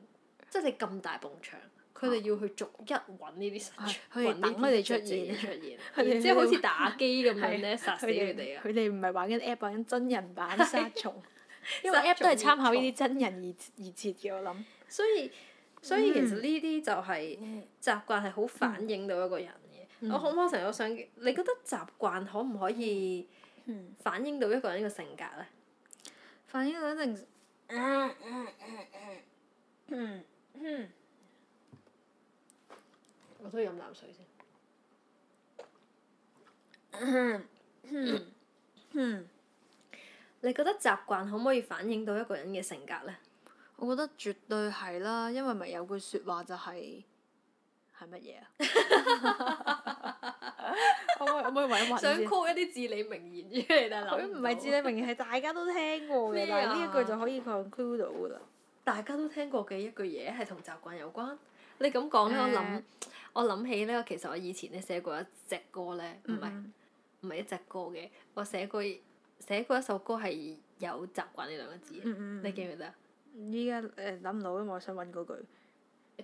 B: 即係你咁大埲牆，佢哋要去逐一揾呢啲新牆，
C: 啊係佢哋
B: 揾呢
C: 等佢哋
B: 啲
C: 出
B: 隻隻嘢
C: 現
B: 出現，
C: 佢哋
B: 然之後好
C: 喺
B: 似
C: 度
B: 打機咁樣
C: 係
B: 呢，殺死佢哋啊！
C: 佢哋唔係玩緊 app，玩緊真人版殺蟲。 因為
B: 殺
C: app 都係
B: 蟲
C: 參考
B: 滅
C: 呢啲真人而而設嘅，我諗。
B: 所以所以其實
C: 嗯
B: 呢啲就係習慣係好反映到一個人嘅。
C: 嗯
B: 我可唔可成日想，你覺得習慣可唔可以
C: 嗯
B: 反映到一個人嘅性格呢？
C: 反映到一定。嗯
B: 我都要飲啖水先。
C: 嗯
B: 你覺得習慣可唔可以反映到一個人嘅性格呢？
C: 我覺得絕對係啦，因為咪有句説話就係係乜嘢啊？可唔可以可唔可以揾一揾
B: 想
C: 先
B: call 一啲至理名言出嚟，但係
C: 佢
B: 諗
C: 啊唔啊
B: 到
C: 係至理名言，係大家都聽過嘅，
B: 咩
C: 但
B: 啊
C: 係呢一句就可以 conclude 到噶啦。
B: 大家都聽過嘅一句嘢係同習慣有關。你咁講呢，我
C: 誒
B: 諗我諗起呢，其實我以前呢寫過一隻歌呢，唔係
C: 嗯
B: 唔係一隻歌嘅，我寫過寫過一首歌係有習慣呢兩個字嘅，
C: 嗯嗯
B: 你記唔記得啊？
C: 嗯依家誒諗唔到，因為我想揾嗰句。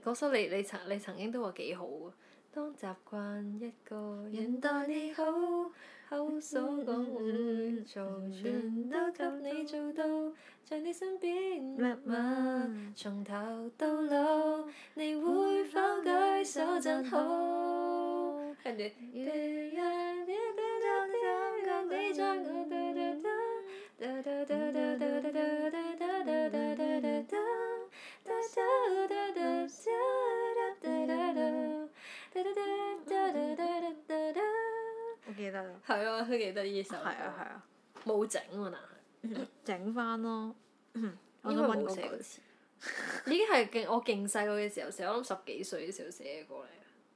B: 嗰首你你曾你曾經都話幾好嘅，當習慣一個人待你好，口所講會做，
C: 嗯
B: 全都給你做到，在你身邊默默，從頭到老，你會否舉手震好？跟住，你將我
C: 我記得啦。
B: 係啊，佢記得呢首
C: 係
B: 歌。
C: 啊係啊，
B: 冇整喎，但
C: 整翻咯。我
B: 係
C: 想
B: 因為
C: 揾
B: 冇
C: 嗰
B: 寫過
C: 句。
B: 詞。已經係勁，我勁細個嘅時候寫，我諗十幾歲嘅時候寫嘅歌嚟。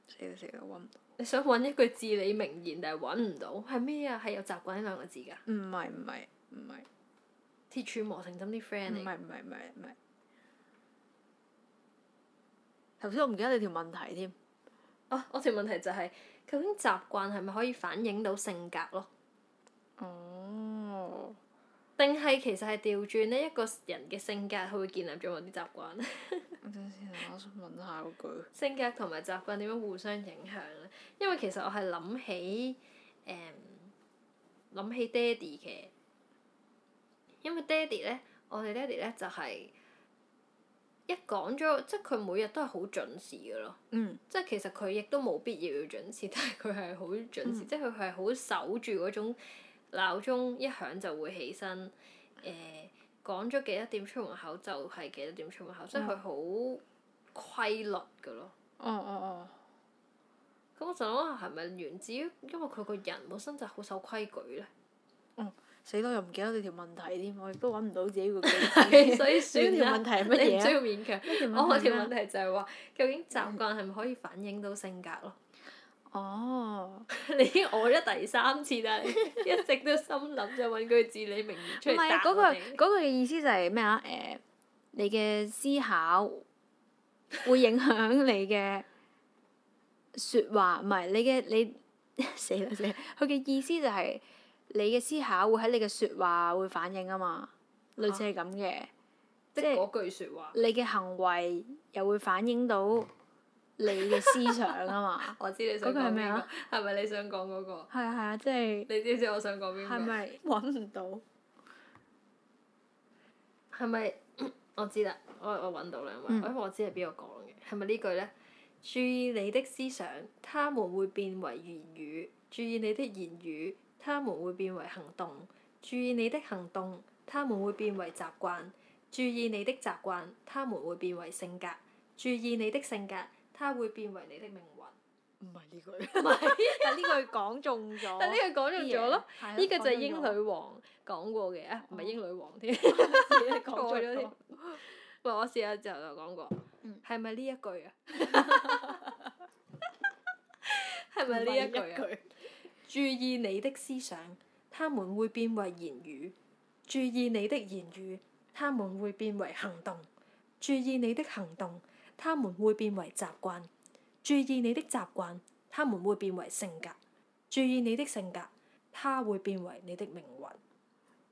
C: 死啦死啦，揾唔到。
B: 你想揾一句至理名言，但係揾唔到，係咩啊？係有習慣呢兩個字㗎。
C: 唔係唔係唔係
B: 鐵柱磨成針啲 friend 嚟。
C: 唔係唔係唔係唔係。頭先我唔記得你條問題添。
B: 啊！我條問題就係、究竟習慣係咪可以反映到性格咯？
C: 哦。
B: 定係其實係調轉呢一個人嘅性格，佢會建立咗某啲習慣。
C: 等陣先啊，我想問下嗰句。
B: 性格同埋習慣點樣互相影響咧？因為其實我係諗起誒諗、起爹哋嘅，因為爹哋咧，我哋爹哋咧就係、一講咗，即係佢每日都係好準時嘅咯。
C: 嗯。
B: 即係其實佢亦都冇必要要準時，但係佢係好準
C: 嗯
B: 時，即係佢係好守住嗰種鬧鐘一響就會起身。誒、講咗幾多點出門口就係幾多點出門口，即係
C: 嗯
B: 佢好規律嘅咯。
C: 哦哦
B: 咁我就諗下係咪源自於因為佢個人本身就好守規矩咧？
C: 哦。死咯，又唔記得你條問題添，我亦都揾唔到自己個記
B: 係，
C: 憶。
B: 所以
C: 所以
B: 算
C: 條
B: 啦
C: 問。題係乜
B: 你唔需
C: 嘢啊？
B: 要勉強。
C: 條
B: 我
C: 問題
B: 條
C: 係咩
B: 問題就係話，究竟習慣係咪可以反映到性格咯？
C: 哦，
B: 你已經餓咗第三次啦，你一直都心諗想揾句至理名言出
C: 唔
B: 嚟
C: 係
B: 答
C: 嗰
B: 我
C: 個
B: 哋
C: 嗰個嘅意思就係咩啊？誒、你嘅思考會影響你嘅説話，唔係你嘅 你死啦死啦！佢嘅意思就係、你嘅思考會喺你嘅説話會反映啊嘛，類似係咁嘅。
B: 哦即
C: 即係
B: 係嗰句説話。。
C: 你嘅行為又會反映到你嘅思想啊嘛
B: 我知你想
C: 嗰個係
B: 講
C: 咩
B: 邊
C: 啊
B: 個？係咪你想講嗰個？
C: 係啊係啊，即係
B: 你知唔知我想講邊個？
C: 係咪
A: 揾唔到。
B: 係咪？ 我知啦，我我揾到啦，因為、
C: 嗯
B: 因為我知係邊個講嘅，係咪呢句呢？注意你的思想，他們會變為言語；注意你的言語，他們會變為行動；注意你的行動，他們會變為習慣；注意你的習慣，他們會變為性格；注意你的性格，它會變為你的命運。
C: 唔係呢句？唔係， 但呢句講中咗。
B: 但呢句講中咗咯，
C: 係啊，
B: 呢個就係英
C: 講中咗
B: 女王講過嘅，啊唔係
C: 哦
B: 英女王 添。
C: 講
B: 錯咗
C: 咗
B: 添。唔係我試下就就講過
C: 嗯，
B: 係咪呢一句啊？係咪呢一句啊？注意你的思想，他們會變為言語；注意你的言語，他們會變為行動；注意你的行動，他們會變為習慣；注意你的習慣，他們會變為性格；注意你的性格，他會變為你的命運。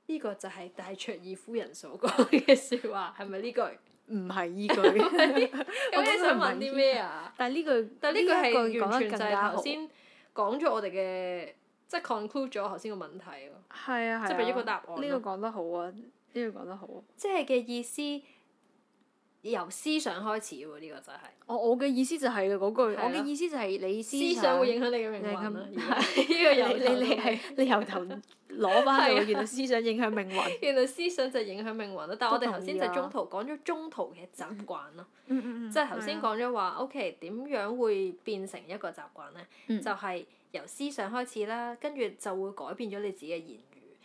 B: 呢、個就係戴卓爾夫人所講嘅説話，係咪呢 句？
C: 唔係 依句，我
B: 咁
C: 覺
B: 你
C: 得
B: 想問
C: 唔係
B: 啲
C: 呢
B: 咩啊？
C: 但係呢句，
B: 但呢句
C: 呢一
B: 係
C: 句
B: 完
C: 講
B: 全就
C: 得更加
B: 係頭
C: 好。
B: 先講咗我哋嘅，即係 conclude 咗頭先個問題喎。
C: 係啊係啊，
B: 即係俾咗個答案咯
C: 呢個講得好啊，呢個講得好啊。
B: 即係嘅意思，由思想開始喎，呢、個就係、
C: 我我嘅意思就係嗰句，
B: 係咯
C: 我嘅意思就係你
B: 思
C: 想
B: 想會影響你嘅命運啦。
C: 你咁
B: 而家呢個由
C: 你
B: 頭
C: 你
B: 到
C: 你
B: 尾
C: 係你由頭攞翻
B: 係啊
C: 嚟，原來思想影響命運。
B: 原來思想就影響命運啦。但係我哋頭先
C: 都
B: 就
C: 同意
B: 中
C: 啊
B: 途講咗中途嘅習慣咯，
C: 嗯嗯
B: 即係頭先講咗話，OK 點樣會變成一個習慣呢？
C: 嗯
B: 就係由思想開始啦，跟住就會改變咗你自己嘅言語。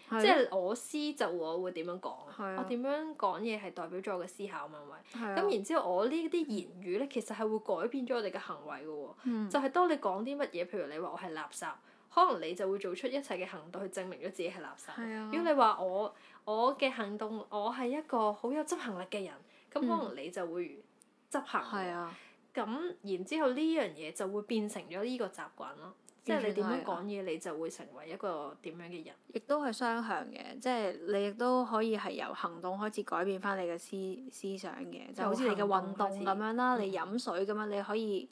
C: 係啊
B: 即係我思就我會點樣講，
C: 係啊
B: 我點樣講嘢係代表咗我嘅思考嘛，係咪？
C: 係啊
B: 咁然之後，我呢啲言語咧，其實係會改變咗我哋嘅行為嘅喎。
C: 嗯
B: 就係當你講啲乜嘢，譬如你話我係垃圾，可能你就會做出一切嘅行動去證明咗自己係垃圾。
C: 係啊
B: 如果你話我我嘅行動，我係一個好有執行力嘅人，咁可
C: 嗯
B: 能你就會執行喎。
C: 係啊，
B: 咁然之後呢樣嘢就會變成咗呢個習慣咯。即係你點樣
C: 完全係啊
B: 講嘢，你就會成為一個點樣嘅人。
C: 亦都係雙向嘅，即係你亦都可以係由行動開始改變翻你嘅思思想嘅，就好似你嘅
B: 由行
C: 運
B: 動開
C: 動
B: 始
C: 咁樣啦，
B: 嗯
C: 你飲水咁樣，你可以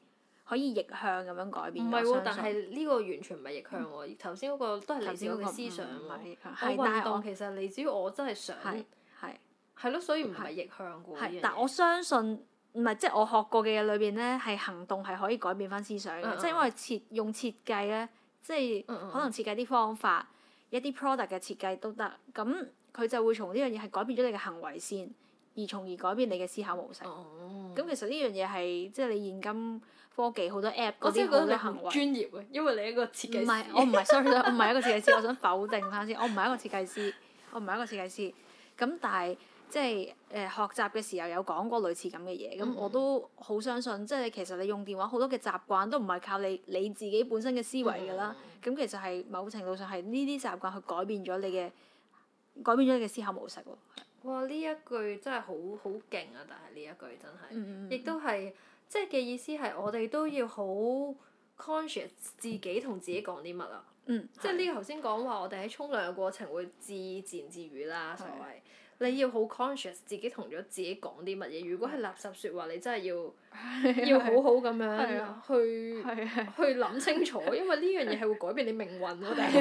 C: 可以逆向咁樣改變
B: 唔
C: 嘅。
B: 係
C: 我
B: 喎，但
C: 相信
B: 係呢個完全唔係逆向喎。嗯頭先嗰個都係嚟
C: 頭
B: 自
C: 先
B: 我
C: 嗰
B: 嘅
C: 個
B: 思想啊
C: 唔
B: 喎。
C: 係
B: 我
C: 係，但
B: 運
C: 係
B: 動
C: 我
B: 其實嚟自於我真係想。
C: 係係
B: 係咯，所以唔係
C: 係
B: 逆向嘅喎。呢
C: 係
B: 樣，
C: 但
B: 嘢
C: 我相信唔係即係我學過嘅嘢裏邊咧，係行動係可以改變翻思想
B: 嗯
C: 嘅，即係因為設用設計咧，即係
B: 嗯嗯
C: 可能設計啲方法、一啲 product 嘅設計都得，咁佢就會從呢樣嘢係改變咗你嘅行為先，而從而改變你嘅思考模式。
B: 哦，
C: 咁其實呢樣嘢係即係你現今科技好多 app
B: 我
C: 嗰
B: 真
C: 啲
B: 係覺得
C: 好
B: 你
C: 多
B: 好
C: 行
B: 專
C: 為。
B: 業嘅，因為你一個設計師。
C: 唔係，我唔係 sorry，我唔 係一個設計師，我想否定翻先，我唔係一個設計師，我唔係一個設計師。咁但係即係誒、呃、學習嘅時候有講過類似咁嘅嘢，咁、
B: 嗯
C: 我都好相信，即係其實你用電話好多嘅習慣都唔係靠你你自己本身嘅思維㗎啦。
B: 嗯
C: 咁、其實係某程度上係呢啲習慣去改變咗你嘅改變咗你嘅思考模式喎。
B: 哇！呢一句真係好好勁啊！但係呢一句真係，
C: 嗯
B: 亦都係即係嘅意思係我哋都要好 conscious 自己同自己講啲乜啊！
C: 嗯，
B: 即係呢個頭先講話，我哋喺沖涼嘅過程會自自言自語啦，所謂你要好 conscious 自己同咗自己講啲乜嘢。如果係垃圾説話，你真係要要好好咁
C: 係
B: 樣
C: 啊
B: 去
C: 係係。
B: 去諗清楚，因為呢樣嘢係會改變你命運咯。但係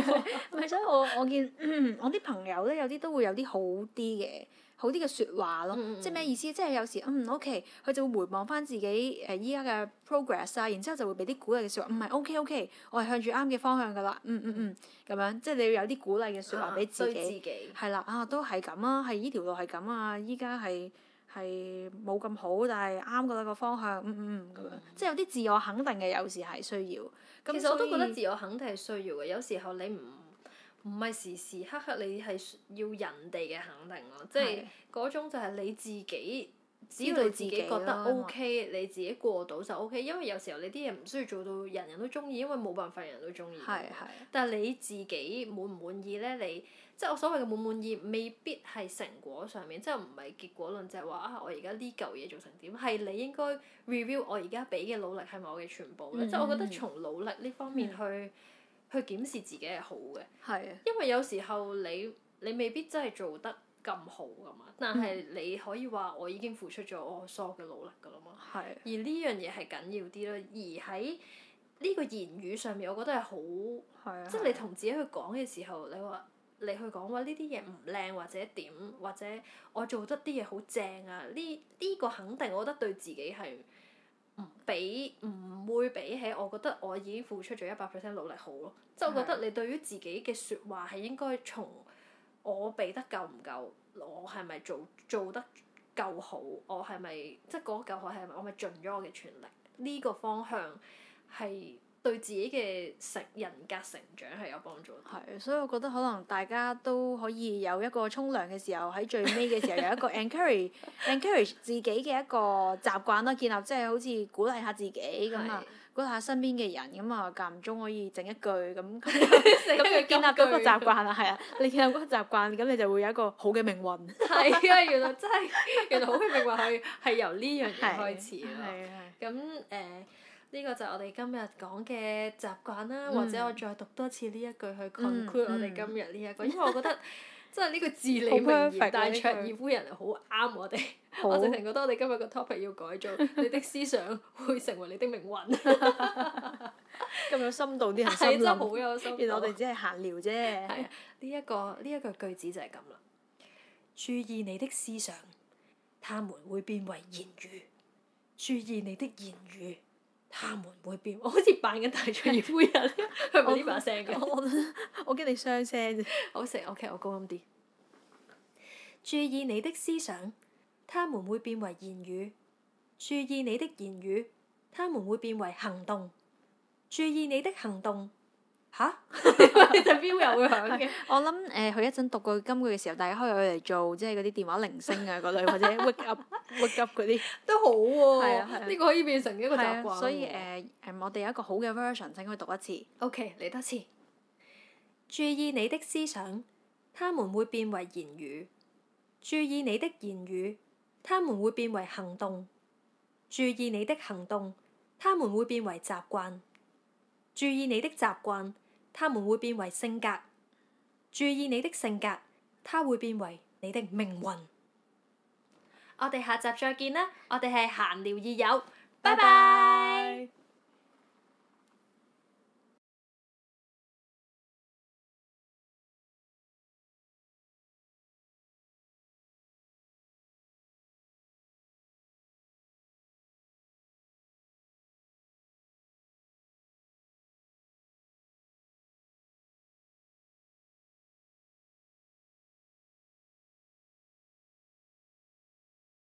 C: 唔係，所 以我我見我啲朋友咧，有啲都會有啲好啲嘅，好啲嘅説話咯。
B: 嗯嗯
C: 即係咩意思？即係有時嗯 OK，佢就會回望翻自己誒依家嘅 progress 啊，然之後就會俾啲鼓勵嘅説話。唔係 OK OK，我係向住啱嘅方向㗎啦。嗯嗯嗯，咁樣即係你要有啲鼓勵嘅説話俾自
B: 啊對
C: 己。
B: 自己
C: 係啦，啊都係咁啊，係依條路係咁啊，依家係係冇咁好，但係啱㗎啦個方向。嗯嗯嗯咁樣，即係有啲自我肯定嘅，有時係需要。咁
B: 其實我都
C: 所
B: 覺得
C: 以
B: 自我肯定係需要嘅，有時候你唔唔係時時刻刻你係要人哋嘅肯定咯，即係嗰種就係你自己，只要
C: 知道
B: 你
C: 自
B: 自
C: 己啊
B: 己覺得
C: 咯
B: OK，你自己過到就 OK。因為有時候你啲嘢唔需要做到人人都中意，因為冇辦法人人都中意。
C: 係係
B: 但係你自己滿唔滿意呢？你即係我所謂嘅滿唔滿意，未必係成果上面，即係唔係結果論，就係話啊，我而家呢嚿嘢做成點？係你應該 review 我而家俾嘅努力係咪我嘅全部呢？
C: 嗯
B: 即係我覺得從努力呢方面去、去檢視自己係好嘅。
C: 係啊，
B: 因為有時候你你未必真係做得咁好噶嘛，但係你可以話我已經付出咗我所有嘅努力噶啦嘛。
C: 係啊
B: 而呢樣嘢係緊要啲咯，而喺呢個言語上面，我覺得係好，
C: 係啊，
B: 即係你同自己去講嘅時候，你話你去講話呢啲嘢唔靚或者點，或者我做得啲嘢好正啊，呢呢、個肯定我覺得對自己係。唔比唔會比起，我覺得我已經付出咗一百 percent 努力好咯。即係我覺得你對於自己嘅説話係應該從我俾得夠唔夠，我係咪做做得夠好，我係咪即係嗰嚿好係咪我咪盡咗我嘅全力？呢、個方向係對自己嘅成人格成長係有幫助。
C: 係，所以我覺得可能大家都可以有一個沖涼嘅時候，喺最尾嘅時候有一個 encourage encourage 自己嘅一個習慣啦，建立即係好似鼓勵下自己咁啊
B: 係，
C: 鼓勵下身邊嘅人咁啊，間唔中可以整一句咁，
B: 咁
C: 咁你建立咗個習慣啦，係啊，你建立嗰個習慣，咁你就會有一個好嘅命運。
B: 係啊！原來真係原來好嘅命運係係由呢樣嘢開始咯。
C: 係啊
B: 咁誒呢個就係我哋今日講嘅習慣啦，
C: 嗯
B: 或者我再讀多次呢一句去 conclude 我哋今日呢一個，因為我 覺得即係呢個至理
C: 好
B: 名
C: perfect 啊
B: 言，但係
C: 呢句
B: 卓爾夫人係好啱我哋。
C: 係，
B: 我
C: 好
B: 直情覺得我哋今日個 topic 要改 造，你的思想會成為你的命運，
C: 咁有深度啲人心
B: 係啊真係
C: 諗，
B: 好有心。
C: 原來我哋只係閒聊啫。
B: 係啊呢一個呢一個句子就係咁啦。注意你的思想，他們會變為言語；注意你的言語，他們會變。 我好似扮緊大丈夫人，佢唔係呢把聲嘅。
C: 我 我驚你傷聲 啫。
B: 好食，OK，我高音啲。注意你的思想，他們會變為言語；注意你的言語，他們會變為行動；注意你的行動，吓？ 你隻錶又會響嘅。
C: 我諗誒，佢、一陣讀過金句嘅時候，大家可以攞嚟做即係嗰啲電話鈴聲啊嗰類，或者 wake up wake up 嗰啲。
B: 都好喎、
C: 係啊係啊
B: 呢個可以變成一個習
C: 係
B: 慣喎、
C: 啊，所以誒誒、我哋有一個好嘅 version，請佢讀一次。
B: OK，嚟多次。注意你的思想，他們會變為言語；注意你的言語，他們會變為行動；注意你的行動，他們會變為習慣；注意你的習慣，他們會變為性格；注意你的性格，他會變為你的命運。我哋下集再見啦！我哋係閒聊二友，拜
C: 拜
B: 拜。